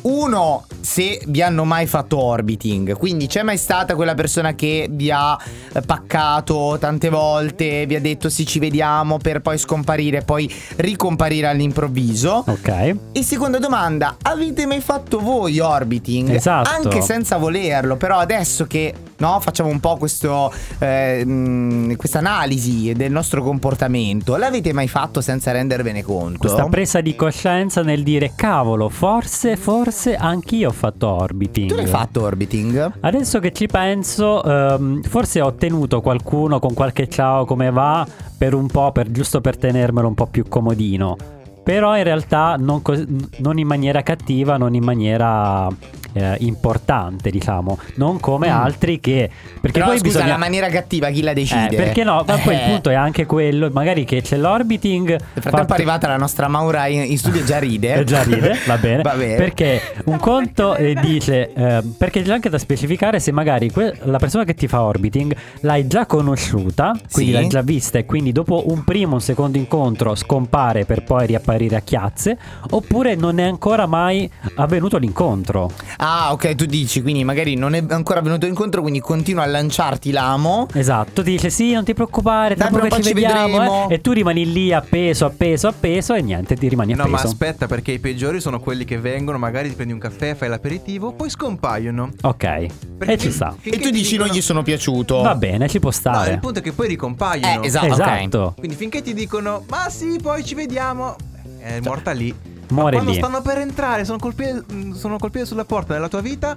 S2: Uno, se vi hanno mai fatto orbiting, quindi c'è mai stata quella persona che vi ha eh, paccato tante volte, vi ha detto sì ci vediamo per poi scomparire, poi ricomparire all'improvviso.
S1: Ok.
S2: E seconda domanda, avete mai fatto voi orbiting?
S1: Esatto.
S2: Anche senza volerlo, però adesso che no, facciamo un po' questo, eh, mh, questa analisi del nostro comportamento, l'avete mai fatto senza rendervene conto?
S1: Questa presa di coscienza nel dire cavolo, forse, forse anch'io ho fatto orbiting.
S2: tu l'hai fatto orbiting?
S1: Adesso che ci penso, ehm, forse ho tenuto qualcuno con qualche ciao come va per un po', per, giusto per tenermelo un po' più comodino. Però in realtà non, cos- non in maniera cattiva, non in maniera eh, importante, diciamo. Non come
S2: Mm.
S1: altri che... Perché
S2: Però
S1: poi
S2: scusa,
S1: bisogna...
S2: la maniera cattiva chi la decide?
S1: Eh, perché no? Ma poi il
S2: Eh,
S1: punto è anche quello, magari che c'è l'orbiting...
S2: Nel frattempo è arrivata la nostra Maura in, in studio e già ride.
S1: E già ride, va bene.
S2: Eh, Va bene.
S1: Perché un
S5: No,
S1: conto
S5: perché
S1: eh,
S5: deve-
S1: dice. eh, perché c'è anche da specificare se magari que- la persona che ti fa orbiting l'hai già conosciuta, quindi
S2: Sì.
S1: l'hai già vista, e quindi dopo un primo, un secondo incontro scompare per poi riapparire a chiazze, oppure non è ancora mai avvenuto l'incontro.
S2: Ah, ok, tu dici, quindi magari non è ancora venuto incontro, quindi continua a lanciarti l'amo.
S1: Esatto, ti dice sì, non ti preoccupare, tra
S2: Dai, tra
S1: poco
S2: un po'
S1: ci
S2: ci
S1: vediamo.
S2: vedremo.
S1: eh. E tu rimani lì appeso, appeso, appeso e niente, ti rimani
S4: No, ma
S1: appeso.
S4: aspetta, perché i peggiori sono quelli che vengono, magari ti prendi un caffè, fai l'aperitivo, poi scompaiono.
S1: ok,
S4: Perché
S1: e ci
S4: fin-
S1: sta.
S2: E
S4: finché
S2: tu
S4: ti
S2: dici, non
S4: dicono-
S2: gli sono piaciuto.
S1: Va bene, ci può
S4: No,
S1: stare.
S4: il punto è che poi ricompaiono.
S2: Eh, esatto. ok.
S1: esatto.
S4: Quindi finché ti dicono, ma sì, poi ci vediamo, è morta lì.
S1: Cioè, Muore
S4: ma quando
S1: lì.
S4: stanno per entrare, sono col piede, mm, sono col piede sulla porta della tua vita.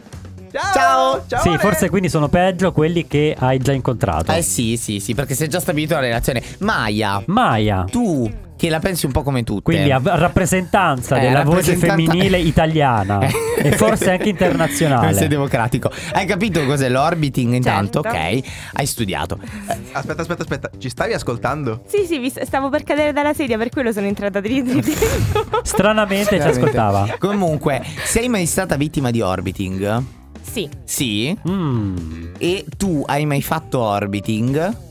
S4: Ciao!
S2: Ciao!
S4: ciao
S1: Sì,
S4: Ale!
S1: forse quindi sono peggio quelli che hai già incontrato.
S2: Eh sì, sì, sì, perché si è già stabilito la relazione. Maia,
S1: Maia.
S2: tu che la pensi un po' come tutte.
S1: Quindi a rappresentanza
S2: Eh,
S1: della
S2: rappresentanza-
S1: voce femminile italiana e forse anche internazionale.
S2: Sei democratico. Hai capito cos'è l'orbiting intanto?
S13: Certo.
S2: Ok, hai studiato.
S4: Aspetta, aspetta, aspetta, ci stavi ascoltando?
S13: Sì, sì, vi st- stavo per cadere dalla sedia, per quello sono entrata dritto dentro.
S1: Stranamente ci
S2: Veramente.
S1: ascoltava.
S2: Comunque, sei mai stata vittima di orbiting?
S13: sì,
S2: Sì.
S1: Mm.
S2: E tu hai mai fatto orbiting?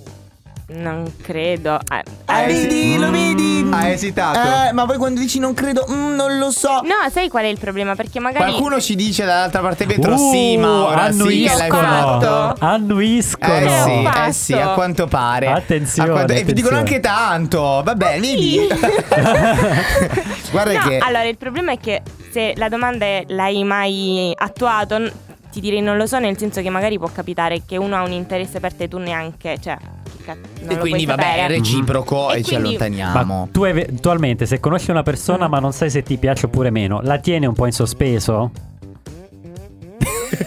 S13: non credo. Ah,
S4: Ah,
S13: ah,
S4: eh, sì.
S2: lo vedi?
S4: Ha
S1: Ah,
S4: esitato.
S2: Eh, ma poi quando dici non credo, mm, non lo so.
S13: No, sai qual è il problema? Perché magari...
S2: Qualcuno ci dice dall'altra parte vetro,
S1: Uh,
S2: sì, ma ora sì che l'hai
S1: annuiscono.
S2: fatto.
S13: fatto.
S1: Annuiscono.
S2: Eh
S13: L'ho
S2: sì,
S13: fatto.
S2: eh sì, a quanto pare.
S1: Ecco. Attenzione,
S2: A quanto- E vi dicono
S1: attenzione.
S2: anche tanto. Vabbè, vedi. Guarda
S13: No,
S2: che.
S13: allora il problema è che se la domanda è l'hai mai attuato, n- ti direi non lo so, nel senso che magari può capitare che uno ha un interesse per te e tu neanche, cioè, che cazzo, non
S2: E
S13: lo
S2: quindi
S13: puoi
S2: vabbè, è
S13: sapere.
S2: reciproco
S13: Mhm.
S2: e,
S13: E
S2: ci
S13: quindi-
S1: Ma
S2: allontaniamo.
S1: tu ev- attualmente se conosci una persona
S2: Mm.
S1: ma non sai se ti piace oppure meno, la tieni un po' in sospeso?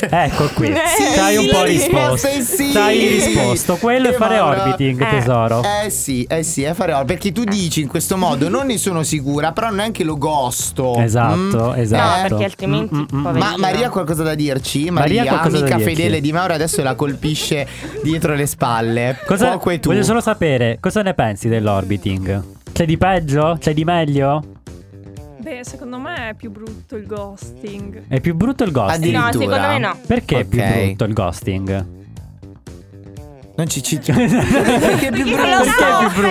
S1: Ecco qui,
S13: Eh,
S1: Ci hai un
S13: sì,
S1: po'
S13: la
S1: risposto.
S2: risposta è sì.
S1: Ci hai risposto. Quello è
S2: Che
S1: fare
S2: magra-
S1: orbiting,
S13: Eh.
S1: tesoro.
S2: Eh sì, eh sì, è fare Perché tu dici in questo modo non ne sono sicura, però neanche lo gosto. Mm.
S1: Esatto, esatto.
S13: No, perché altrimenti,
S1: mm.
S13: poverino.
S2: Ma Maria ha qualcosa da dirci?
S1: Maria
S2: Maria,
S1: ha qualcosa da
S2: amica
S1: dirci.
S2: fedele di Mauro, adesso la colpisce dietro le spalle.
S1: Cosa,
S2: Poco e tu.
S1: voglio solo sapere, cosa ne pensi dell'orbiting? C'è di peggio? C'è di meglio?
S14: Beh, secondo me è più brutto il ghosting.
S1: È più brutto il ghosting?
S2: Addirittura.
S13: No, secondo me no.
S1: Perché è
S2: Ok.
S1: più brutto il ghosting?
S2: Non ci ci. perché è più brutto.
S1: Perché è più brutto?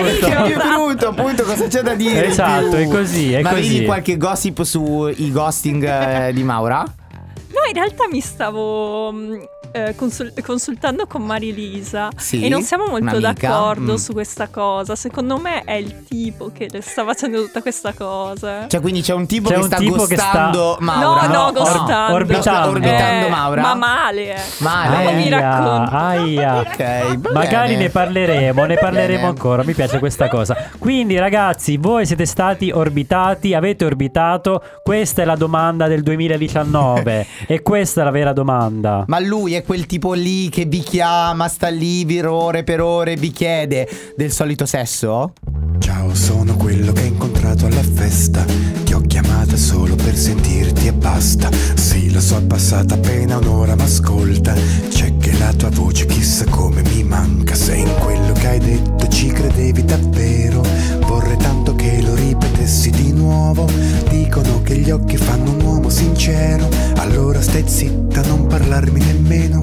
S2: Perché è più brutto, appunto, cosa c'è da dire? di
S1: Esatto,
S2: più?
S1: è così, è
S2: Ma
S1: così.
S2: vedi qualche gossip sui ghosting eh, di Maura?
S14: No, in realtà mi stavo mh, eh, consul- consultando con Marilisa
S2: Sì,
S14: e non siamo molto
S2: un'amica.
S14: d'accordo
S2: Mm.
S14: su questa cosa. Secondo me è il tipo che le sta facendo tutta questa cosa.
S2: Cioè, quindi c'è un tipo
S1: C'è
S2: che
S1: un
S2: sta
S1: tipo che sta-
S2: gostando Maura.
S14: No, no,
S1: No, Cioè, or-
S14: ghostando.
S1: orbitando.
S2: orbitando
S14: Eh,
S2: Maura.
S14: Ma male. eh.
S2: Male.
S14: Ma mi
S1: Aia,
S14: racconti.
S1: aia.
S2: Ok, va
S1: Magari
S2: bene.
S1: ne parleremo, ne
S2: Va
S1: parleremo
S2: bene.
S1: ancora, mi piace questa cosa. Quindi ragazzi, voi siete stati orbitati, avete orbitato, questa è la domanda del 2019 e questa è la vera domanda.
S2: Ma lui è quel tipo lì che vi chiama, sta lì per ore per ore, vi chiede del solito sesso?
S15: Ciao, sono quello che hai incontrato alla festa. Ti ho chiamata solo per sentirti e basta. Sì, lo so, è passata appena un'ora, ma ascolta. C'è che la tua voce chissà come mi manca. Se in quello che hai detto ci credevi davvero, vorrei tanto che lo ripetessi di nuovo. Dicono che gli occhi fanno un uomo sincero. Allora stai zitta, non parlarmi nemmeno.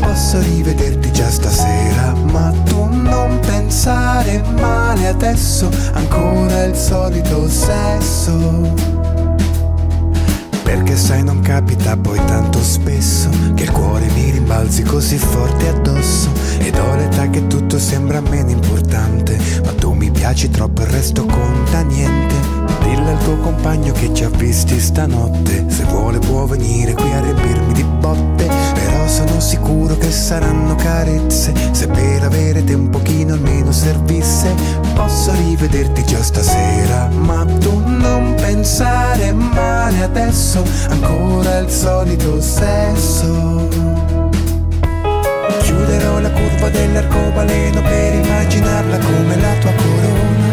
S15: Posso rivederti già stasera, ma tu non pensare male adesso, ancora il solito sesso. Perché sai non capita poi tanto spesso che il cuore mi rimbalzi così forte addosso ed ho l'età che tutto sembra meno importante, ma tu mi piaci troppo il resto conta niente. Dillo al tuo compagno che ci ha visti stanotte, se vuole può venire qui a riempirmi di botte, però sono sicuro che saranno carezze, se per avere te un pochino almeno servisse, posso rivederti già stasera, ma tu non pensare male adesso, ancora il solito sesso. Chiuderò la curva dell'arcobaleno per immaginarla come la tua corona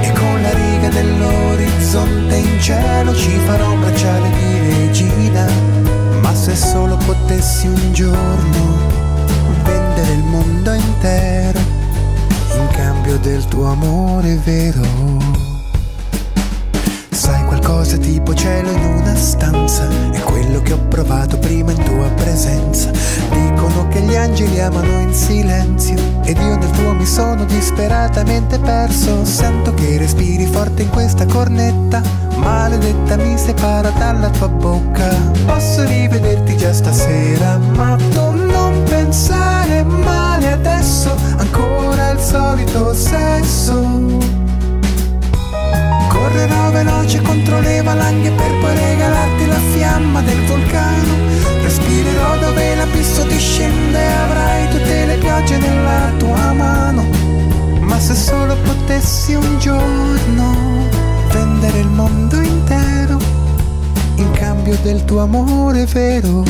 S15: E con la riga dell'orizzonte in cielo ci farò un bracciale di regina Ma se solo potessi un giorno vendere il mondo intero In cambio del tuo amore vero Sai qualcosa tipo cielo in una stanza È quello che ho provato prima in tua presenza Dicono che gli angeli amano in silenzio Ed io nel tuo mi sono disperatamente perso Sento che respiri forte in questa cornetta Maledetta mi separa dalla tua bocca Posso rivederti già stasera Ma tu non pensare male adesso Ancora il solito sesso Correrò veloce contro le valanghe per poi regalarti la fiamma del vulcano. Respirerò dove l'abisso ti scende e avrai tutte le piogge nella tua mano. Ma se solo potessi un giorno vendere il mondo intero in cambio del tuo amore vero.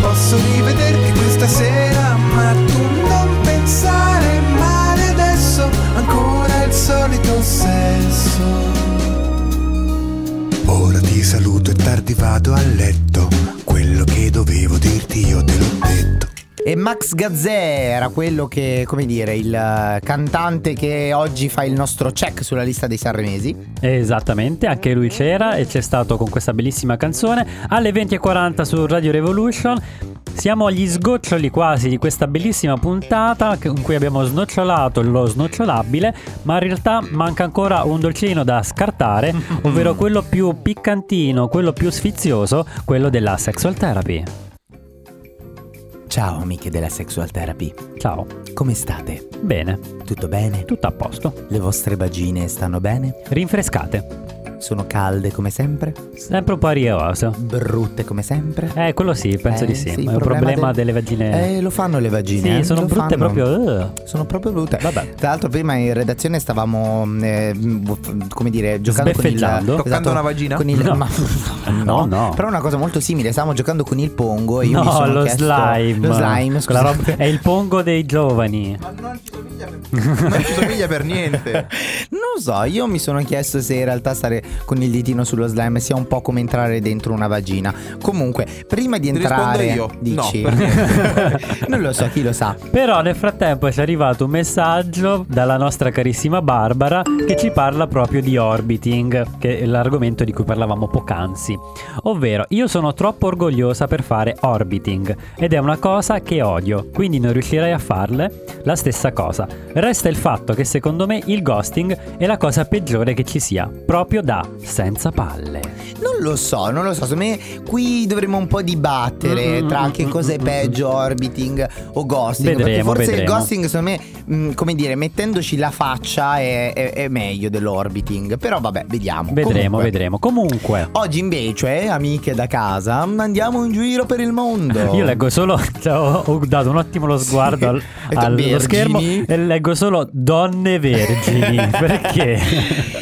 S15: Posso rivederti questa sera, ma tu non pensare male adesso, ancora il solito sesso. Ora ti saluto e tardi vado a letto, quello che dovevo dirti io te l'ho detto.
S2: E Max Gazzè era quello che, come dire, il eh, cantante che oggi fa il nostro check sulla lista dei sanremesi.
S1: Esattamente, anche lui c'era e c'è stato con questa bellissima canzone alle 20.40 su Radio Revolution. Siamo agli sgoccioli quasi di questa bellissima puntata che- in cui abbiamo snocciolato lo snocciolabile, ma in realtà manca ancora un dolcino da scartare, ovvero quello più piccantino, quello più sfizioso, quello della sexual therapy.
S2: Ciao amiche della Sexual Therapy.
S1: Ciao.
S2: Come state?
S1: Bene.
S2: Tutto bene?
S1: Tutto a posto.
S2: Le vostre vagine stanno bene?
S1: Rinfrescate.
S2: Sono calde come sempre?
S1: Sempre un po' ariose.
S2: Brutte come sempre?
S1: Eh, quello sì, penso
S2: Eh,
S1: di
S2: sì,
S1: sì.
S2: il
S1: È un
S2: problema
S1: problema
S2: del-
S1: delle vagine.
S2: Eh, lo fanno le vagine.
S1: Sì,
S2: eh,
S1: sono
S2: lo
S1: brutte
S2: fanno.
S1: proprio, eh.
S2: Sono proprio brutte. Vabbè. Tra l'altro, prima in redazione stavamo, eh, mh, come dire, giocando con il.
S1: Sbeffeggiando.
S2: esatto,
S1: Toccando una vagina?
S2: Con il,
S1: No.
S2: ma-
S1: No, no.
S2: Però una cosa molto simile. Stavamo giocando con il pongo. E io mi
S1: No,
S2: sono
S1: lo
S2: chiesto-
S1: slime.
S2: Lo slime,
S1: Quella
S2: scusa.
S1: roba- È il pongo dei giovani.
S4: Non ci somiglia per niente.
S2: Non lo so, io mi sono chiesto se in realtà stare con il ditino sullo slime sia un po' come entrare dentro una vagina. Comunque, prima di
S4: Ti
S2: entrare,
S4: rispondo io.
S2: dici,
S4: No, per
S2: non lo so, chi lo sa.
S1: Però nel frattempo ci è arrivato un messaggio dalla nostra carissima Barbara che ci parla proprio di orbiting, che è l'argomento di cui parlavamo poc'anzi. Ovvero, io sono troppo orgogliosa per fare orbiting ed è una cosa che odio, quindi non riuscirei a farle la stessa cosa. Resta il fatto che secondo me il ghosting è la cosa peggiore che ci sia, proprio da senza palle.
S2: Non lo so, non lo so. Secondo me qui dovremmo un po' dibattere
S1: Mm,
S2: tra
S1: mm,
S2: che
S1: mm,
S2: cosa è
S1: mm,
S2: peggio, orbiting o ghosting. perché
S1: Vedremo,
S2: forse il
S1: vedremo.
S2: ghosting, secondo me, mh, come dire, mettendoci la faccia è, è- è meglio dell'orbiting. Però vabbè, vediamo.
S1: Vedremo,
S2: Comunque,
S1: vedremo. Comunque.
S2: Oggi invece, amiche da casa, andiamo in giro per il mondo.
S1: Io leggo solo, cioè, ho, ho dato un attimo lo sguardo al-
S2: detto
S1: allo
S2: vergini.
S1: schermo e leggo solo donne vergini. perché?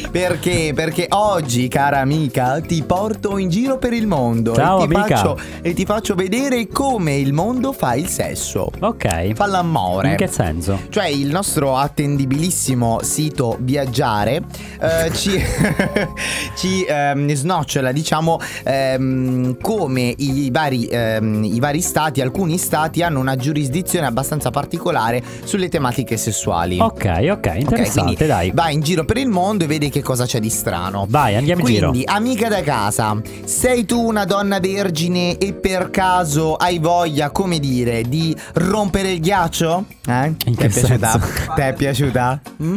S2: Perché? Perché oggi, cara amica, ti porto in giro per il mondo
S1: Ciao,
S2: e, ti
S1: amica.
S2: Faccio, e ti faccio vedere come il mondo fa il sesso.
S1: Ok.
S2: Fa l'amore.
S1: In che senso?
S2: Cioè il nostro attendibilissimo sito Viaggiare eh, ci, ci ehm, snocciola diciamo ehm, come i vari, ehm, i vari stati, alcuni stati hanno una giurisdizione abbastanza particolare sulle tematiche sessuali.
S1: Ok, ok, interessante,
S2: quindi
S1: dai.
S2: Vai in giro per il mondo e vedi che cosa c'è di strano.
S1: Vai, andiamo in
S2: Quindi,
S1: giro.
S2: amica da casa, sei tu una donna vergine e per caso hai voglia, come dire, di rompere il ghiaccio? Eh?
S1: In
S2: Ti è
S1: che
S2: piaciuta?
S1: senso?
S2: Ti è piaciuta? Mm?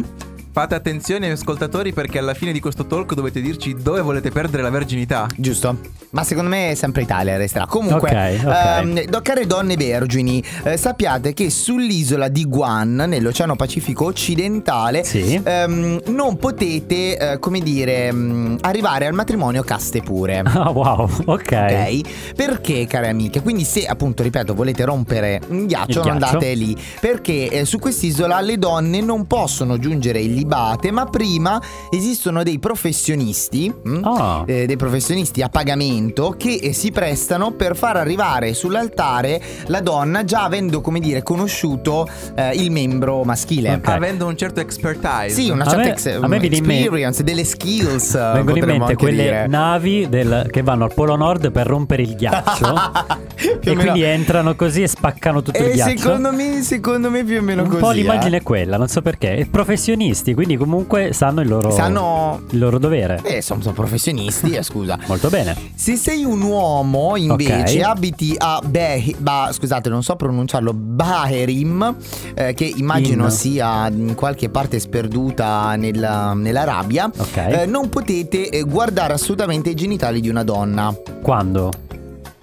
S4: Fate attenzione ascoltatori perché alla fine di questo talk dovete dirci dove volete perdere la verginità.
S2: Giusto. Ma secondo me sempre Italia resterà. Comunque,
S1: Ok, ok.
S2: ehm, do- care donne vergini, eh, sappiate che sull'isola di Guam, nell'Oceano Pacifico occidentale,
S1: Sì.
S2: ehm, non potete, eh, come dire, mm, arrivare al matrimonio caste pure.
S1: Ah, wow, ok.
S2: Ok? eh, Perché, care amiche? Quindi, se appunto, ripeto, volete rompere un ghiaccio,
S1: Il
S2: non
S1: ghiaccio.
S2: andate lì. Perché eh, su quest'isola le donne non possono giungere il libate, ma prima esistono dei professionisti, mm,
S1: Ah.
S2: eh, dei professionisti a pagamento che eh, si prestano per far arrivare sull'altare la donna già avendo, come dire, conosciuto eh, il membro maschile. Ah,
S4: Avendo un certo expertise.
S2: Sì, una
S1: A
S2: certa
S1: me-
S2: ex-
S1: a me viene in mente-
S2: experience, delle skills. eh,
S1: Vengono in
S2: potremmo
S1: mente
S2: anche
S1: quelle
S2: dire.
S1: navi del- che vanno al Polo Nord per rompere il ghiaccio.
S2: Più o
S1: e
S2: meno.
S1: quindi entrano così e spaccano tutto il
S2: E
S1: ghiaccio.
S2: secondo me, secondo me più o meno
S1: un
S2: così.
S1: po'
S2: eh.
S1: l'immagine è quella, non so perché. E professionisti, quindi comunque sanno il loro,
S2: Sanno-
S1: il loro dovere.
S2: Eh, sono, sono professionisti, eh, scusa.
S1: Molto bene.
S2: Se sei un uomo, invece,
S1: Ok.
S2: abiti a Beh, ba- scusate, non so pronunciarlo, Baherim, eh, che immagino
S1: In.
S2: sia in qualche parte sperduta nella, nell'Arabia,
S1: Ok.
S2: eh, non potete eh, guardare assolutamente i genitali di una donna.
S1: Quando?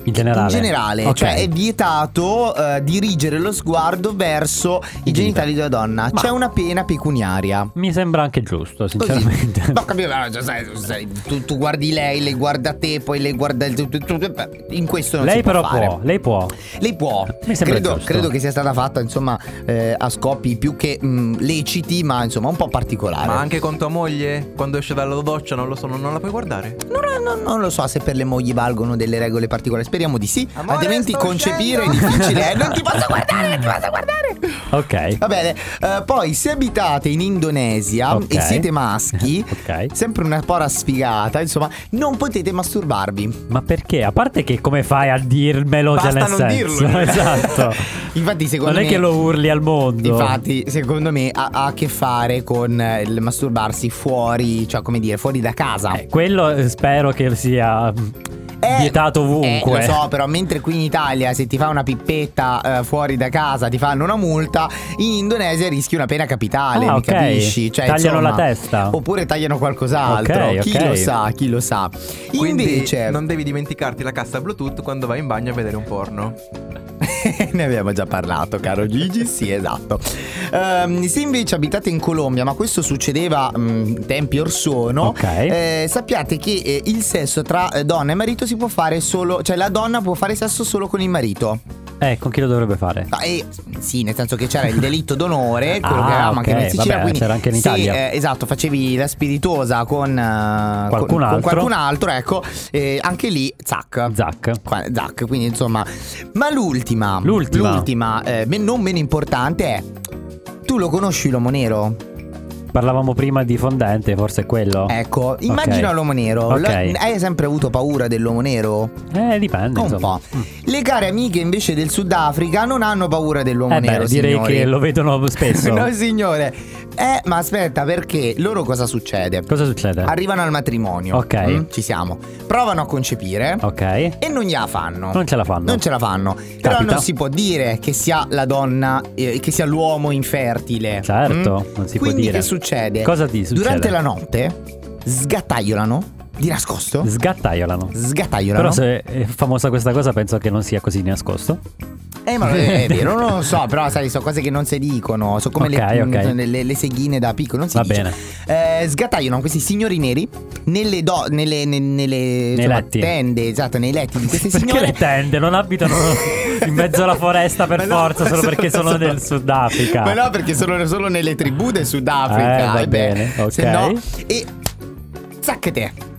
S1: In generale.
S2: In generale,
S1: Ok.
S2: cioè è vietato eh, dirigere lo sguardo verso i genitali della donna. C'è una pena pecuniaria.
S1: Mi sembra anche giusto, sinceramente.
S2: No, capito, no, cioè, sai, sai, tu, tu guardi lei, lei guarda te, poi lei guarda il- tu- tu- tu- tu- In questo non
S1: Lei
S2: si può
S1: però
S2: fare.
S1: può, lei può.
S2: Lei può.
S1: Mi sembra
S2: Credo,
S1: giusto.
S2: credo che sia stata fatta, insomma, eh, a scopi più che mm, leciti, ma insomma un po' particolari.
S4: Ma anche con tua moglie, quando esce dalla doccia, non lo so, non, non la puoi guardare.
S2: Non, non- non lo so se per le mogli valgono delle regole particolari. Speriamo di sì.
S4: Amore,
S2: Altrimenti
S4: sto
S2: concepire
S4: uscendo.
S2: è difficile. eh. Non ti posso guardare, non ti posso guardare.
S1: Ok.
S2: Va bene, eh, poi se abitate in Indonesia
S1: Ok.
S2: e siete maschi,
S1: Ok.
S2: sempre una pora sfigata, insomma, non potete masturbarvi.
S1: Ma perché? A parte che come fai a dirmelo?
S2: Basta
S1: cioè nel
S2: non
S1: senso.
S2: dirlo.
S1: esatto.
S2: Infatti, secondo
S1: non è
S2: me-
S1: che lo urli al mondo.
S2: Infatti, secondo me ha, ha a che fare con eh, il masturbarsi fuori, cioè come dire, fuori da casa.
S1: Quello eh, spero che sia mm,
S2: Eh,
S1: vietato ovunque.
S2: Eh, lo so, però mentre qui in Italia se ti fa una pippetta eh, fuori da casa ti fanno una multa, in Indonesia rischi una pena capitale,
S1: Ah,
S2: mi
S1: ok.
S2: capisci? Cioè, insomma,
S1: Tagliano
S2: Oh.
S1: la testa.
S2: Oppure tagliano qualcos'altro,
S1: Ok,
S2: chi
S1: ok.
S2: lo sa, chi lo sa.
S4: Quindi
S2: Invece,
S4: non devi dimenticarti la cassa Bluetooth quando vai in bagno a vedere un porno.
S2: ne abbiamo già parlato, caro Gigi, sì, esatto. Ehm, se invece abitate in Colombia, ma questo succedeva mm, in tempi or sono,
S1: Ok.
S2: eh, sappiate che eh, il sesso tra eh, donna e marito si può fare solo, cioè la donna può fare sesso solo con il marito.
S1: Eh, con chi lo dovrebbe fare?
S2: Ah, e- sì, nel senso che c'era il delitto d'onore, quello
S1: Ah,
S2: che avevamo anche
S1: ok,
S2: noi in Sicilia.
S1: vabbè,
S2: quindi
S1: c'era anche in
S2: se,
S1: Italia.
S2: eh, esatto, facevi la spiritosa con, eh,
S1: Qualcun
S2: con- con
S1: altro.
S2: qualcun altro, ecco, eh, anche lì, zac.
S1: Zac.
S2: Qua- zac, quindi insomma. Ma l'ultima,
S1: L'ultima.
S2: l'ultima, eh, men- non meno importante è... Tu lo conosci l'uomo nero?
S1: Parlavamo prima di fondente, forse è quello.
S2: Ecco, immagina
S1: Ok.
S2: l'uomo nero.
S1: Ok.
S2: Lo- hai sempre avuto paura dell'uomo nero?
S1: Eh, dipende.
S2: Un
S1: insomma. Eh,
S2: po'. Le care amiche invece del Sudafrica non hanno paura dell'uomo
S1: Eh beh,
S2: nero.
S1: direi
S2: signori.
S1: che lo vedono spesso.
S2: No, signore. Eh, ma aspetta, perché loro cosa succede?
S1: Cosa succede?
S2: Arrivano al matrimonio.
S1: Ok.
S2: Mm, ci siamo. Provano a concepire.
S1: ok.
S2: E non gliela fanno.
S1: Non ce la fanno.
S2: Non ce la fanno. Però
S1: Capita.
S2: non si può dire che sia la donna, eh, che sia l'uomo infertile.
S1: Certo,
S2: Mm?
S1: non si può
S2: Quindi
S1: dire.
S2: che succede?
S1: Cosa ti succede?
S2: Durante la notte sgattaiolano di nascosto.
S1: Sgattaiolano.
S2: Sgattaiolano.
S1: Però se è famosa questa cosa penso che non sia così nascosto.
S2: Eh, ma è vero, non lo so, però sai, sono cose che non si dicono, sono come le,
S1: Ok, ok.
S2: le- le seghine da piccolo, non si
S1: Va
S2: dice.
S1: bene.
S2: Eh, sgattaiolano questi signori neri nelle, do- nelle, ne- nelle, insomma,
S1: letti.
S2: tende, esatto, nei letti di queste
S1: Perché
S2: signore.
S1: le tende non abitano in mezzo alla foresta per
S2: Ma no,
S1: forza solo perché sono
S2: solo-
S1: del Sudafrica.
S2: Ma no, perché sono solo nelle tribù del Sudafrica.
S1: Eh, va
S2: eh beh,
S1: bene, ok.
S2: se no- e zacchete.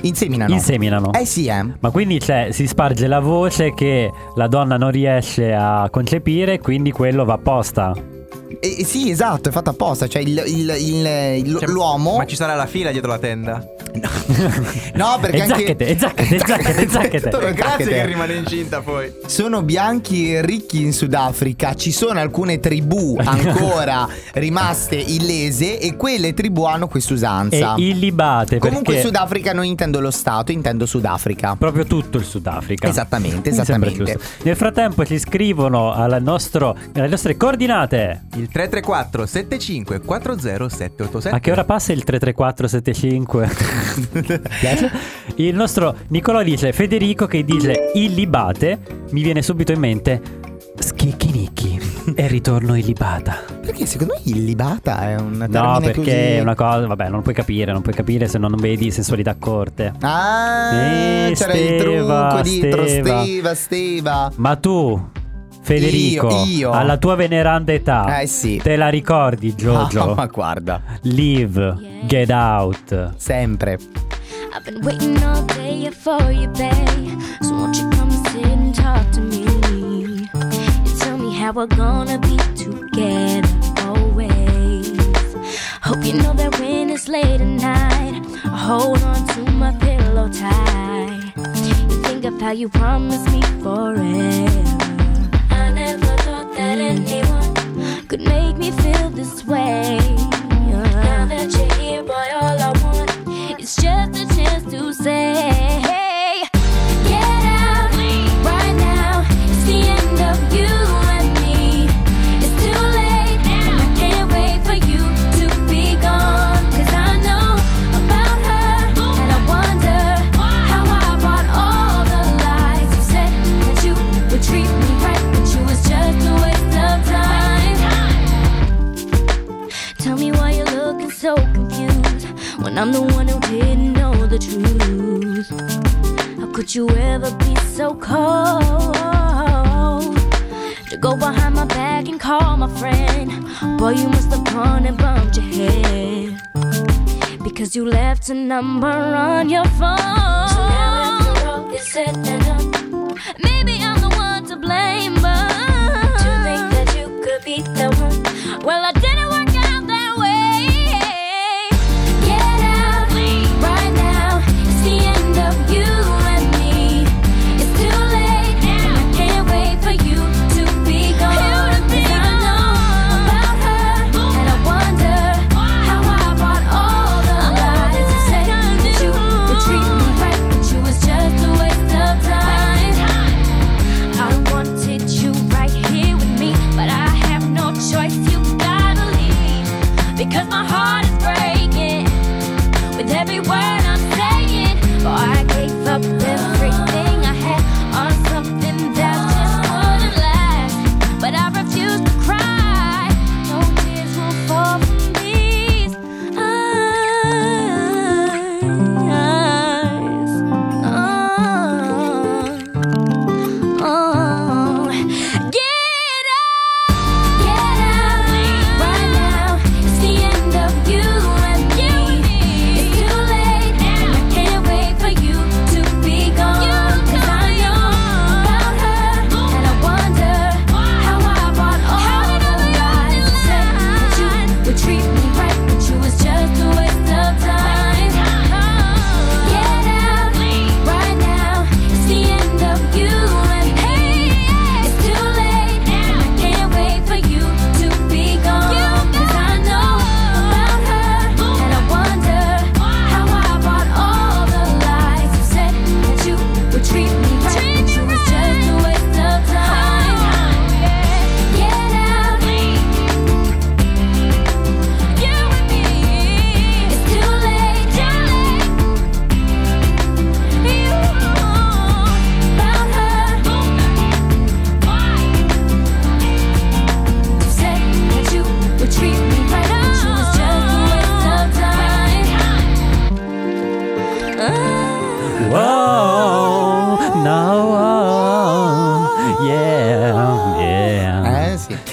S2: Inseminano.
S1: Inseminano.
S2: Eh sì, eh.
S1: Ma quindi cioè, si sparge la voce che la donna non riesce a concepire, quindi quello va apposta.
S2: Eh, sì, esatto, è fatto apposta. Cioè, il- il- il- il-
S4: Cioè,
S2: l'uomo.
S4: Ma ci sarà la fila dietro la tenda.
S2: Eh, No, perché
S1: E
S2: anche.
S1: zacchete, e zacchete, e zacchete, e zacchete.
S2: Tutto lo
S4: Grazie
S2: zacchete.
S4: che rimane incinta poi.
S2: Sono bianchi e ricchi in Sudafrica, ci sono alcune tribù ancora rimaste illese e quelle tribù hanno
S1: E
S2: quest'usanza.
S1: illibate
S2: Comunque
S1: perché
S2: Sudafrica non intendo lo Stato, intendo Sudafrica.
S1: proprio tutto il
S2: Esatto.
S1: Sudafrica.
S2: Esattamente,
S1: Mi sembra
S2: esattamente.
S1: giusto. Nel frattempo ci scrivono al nostro- alle nostre coordinate.
S4: Il 334 75 40 787.
S1: A che ora passa il 33475? Piace? il nostro Nicolò dice Federico che dice illibate, mi viene subito in mente schicchinicchi e ritorno illibata.
S2: Perché secondo me illibata è un termine
S1: No, perché
S2: così-
S1: è una cosa, vabbè, non puoi capire, non puoi capire se non vedi sensualità corte.
S2: Ah,
S1: Eh,
S2: c'era il
S1: Steva,
S2: trucco dietro,
S1: Steva.
S2: Steva, Steva.
S1: Ma tu Federico,
S2: Io, io.
S1: alla tua veneranda età,
S2: Eh, sì.
S1: Ah. te la ricordi Jojo?
S2: Ah, ma guarda.
S1: Leave, Get Out.
S2: Sempre.
S3: I've been waiting all day for you, babe. So won't you come sit and talk to me? And tell me how we're gonna be together always. Hope you know that when it's late at night, I hold on to my pillow tight. You think of how you promised me forever. I never thought that anyone could make me feel this way. Now that you're here, boy, all I want. It's just a chance to say, hey, get out right now. It's the end of you and me. It's too late, and I can't wait for you to be gone. Cause I know about her, and I wonder how I bought all the lies. You said that you would treat me right, but you was just a waste of time. Tell me why you're looking so confused when I'm the one who didn't know the truth. How could you ever be so cold to go behind my back and call my friend? Boy, you must have gone and bumped your head because you left a number on your phone. So now after all is said and done, maybe I'm the one to blame, but to think that you could be the one. Well, I didn't work out that way. Get out right now. It's the end of you and me. It's too late, and I can't wait for you to be gone. 'Cause I know about her, and I wonder how I bought all the lies you said that you would treat me right, but you was just a waste of time. I wanted you right here with me, but I have no choice. You gotta leave because my heart is breaking with every word I'm saying. For I gave up everything I had on something that just wouldn't last. But I refuse to cry. No tears will fall from these eyes. Oh, oh. Get out, get out right now. It's the end of you and me. It's too late, and I can't wait for you to be gone. 'Cause I know about her, and I wonder how I bought all the lies you said that you would treat me right, but you was just a waste of time. Get out right now. It's the end of you and me. It's too late, and I can't wait for you to be gone. 'Cause I know about her, and I wonder how I bought all the lies you said that you would treat me right, but you was just a waste of time. Get out you and me. It's too late, too late. You about her. You said that you would treat me right, but you was just a waste of time.
S1: Wow, now, wow, yeah,
S2: Eh?
S1: yeah.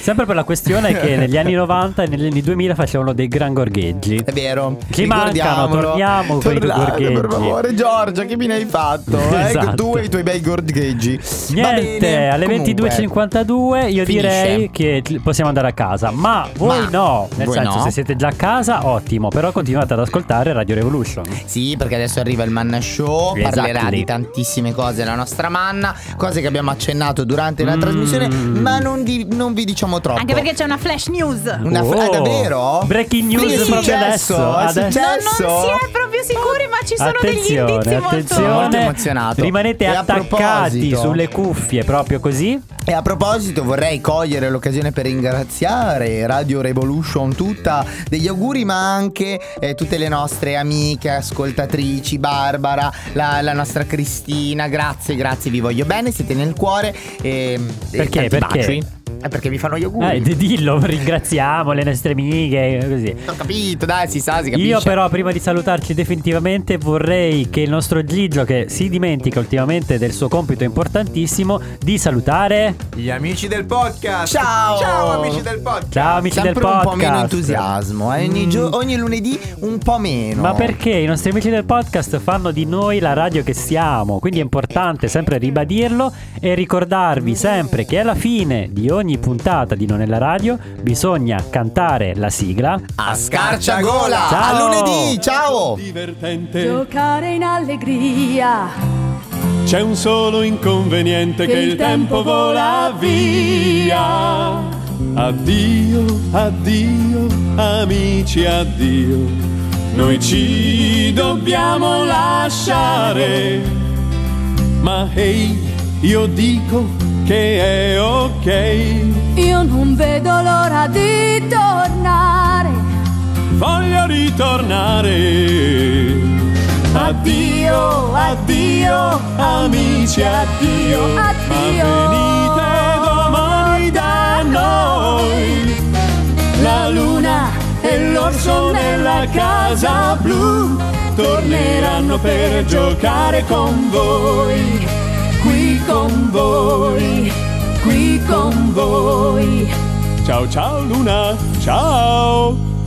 S1: Sempre per la questione che negli anni 90 e negli anni 2000 facevano dei gran
S2: Eh,
S1: gorgheggi. È
S2: vero.
S1: Ci mancano,
S2: Ricordiamolo.
S1: torniamo con i
S2: Tornate, per
S1: gorgheggi.
S2: favore, Giorgia, che fine hai fatto? eh?
S1: Esatto.
S2: Tu e i tuoi bei gorgheggi. Va
S1: Niente,
S2: bene,
S1: alle
S2: comunque.
S1: 22.52
S2: Finisce.
S1: io direi che t- possiamo andare a casa, ma voi
S2: Ma
S1: no, nel
S2: voi
S1: senso
S2: no.
S1: se siete già a casa ottimo, però continuate ad ascoltare Radio Revolution.
S2: Sì, perché adesso arriva il Manna Show, parlerà
S1: Exactly.
S2: di tantissime cose la nostra Manna, cose che abbiamo accennato durante
S1: Mm.
S2: la trasmissione, ma non, di- non vi diciamo troppo.
S9: Anche perché c'è una flash news.
S2: Una f-
S1: Oh.
S2: è davvero?
S1: Breaking news
S2: Sì, è
S1: proprio
S2: successo,
S1: adesso,
S2: è
S1: adesso.
S9: No,
S2: successo.
S9: non si è proprio sicuri, ma ci sono degli indizi
S1: Attenzione,
S9: molto.
S1: attenzione.
S2: Sono molto emozionato.
S1: Rimanete
S2: E a
S1: attaccati
S2: proposito-
S1: sulle cuffie proprio così.
S2: E a proposito vorrei cogliere l'occasione per ringraziare Radio Revolution tutta degli auguri ma anche eh, tutte le nostre amiche, ascoltatrici, Barbara, la, la nostra Cristina, grazie, grazie, vi voglio bene, siete nel cuore Ehm, e, e
S1: Perché?
S2: tanti
S1: Perché?
S2: baci. È perché mi fanno gli auguri.
S1: Eh, d- dillo, ringraziamo le nostre amiche. Così.
S2: Ho capito, dai, si sa, si capisce.
S1: Io però prima di salutarci definitivamente vorrei che il nostro Gigio che si dimentica ultimamente del suo compito importantissimo di salutare
S4: Gli amici del podcast.
S2: Ciao!
S4: Ciao amici del podcast.
S1: Ciao amici
S2: Sempre
S1: del podcast.
S2: un po' meno entusiasmo. eh. Ogni, gio- ogni lunedì un po' meno.
S1: Ma perché i nostri amici del podcast fanno di noi la radio che siamo, quindi è importante sempre ribadirlo e ricordarvi sempre che alla fine di ogni puntata di Non è la radio bisogna cantare la sigla
S2: A scarciagola!
S1: Ciao!
S2: A lunedì, ciao!
S1: Divertente.
S16: Giocare in allegria.
S17: C'è un solo inconveniente che, il tempo vola via. Addio, addio, amici, addio. Noi ci dobbiamo lasciare. Ma ehi, io dico che è ok.
S16: Io non vedo l'ora di tornare.
S17: Voglio ritornare. Addio, addio, amici, addio.
S16: Addio.
S17: Ma venite domani da noi. La luna e l'orso nella casa blu torneranno per giocare con voi. Qui con voi, qui con voi. Ciao ciao luna, ciao.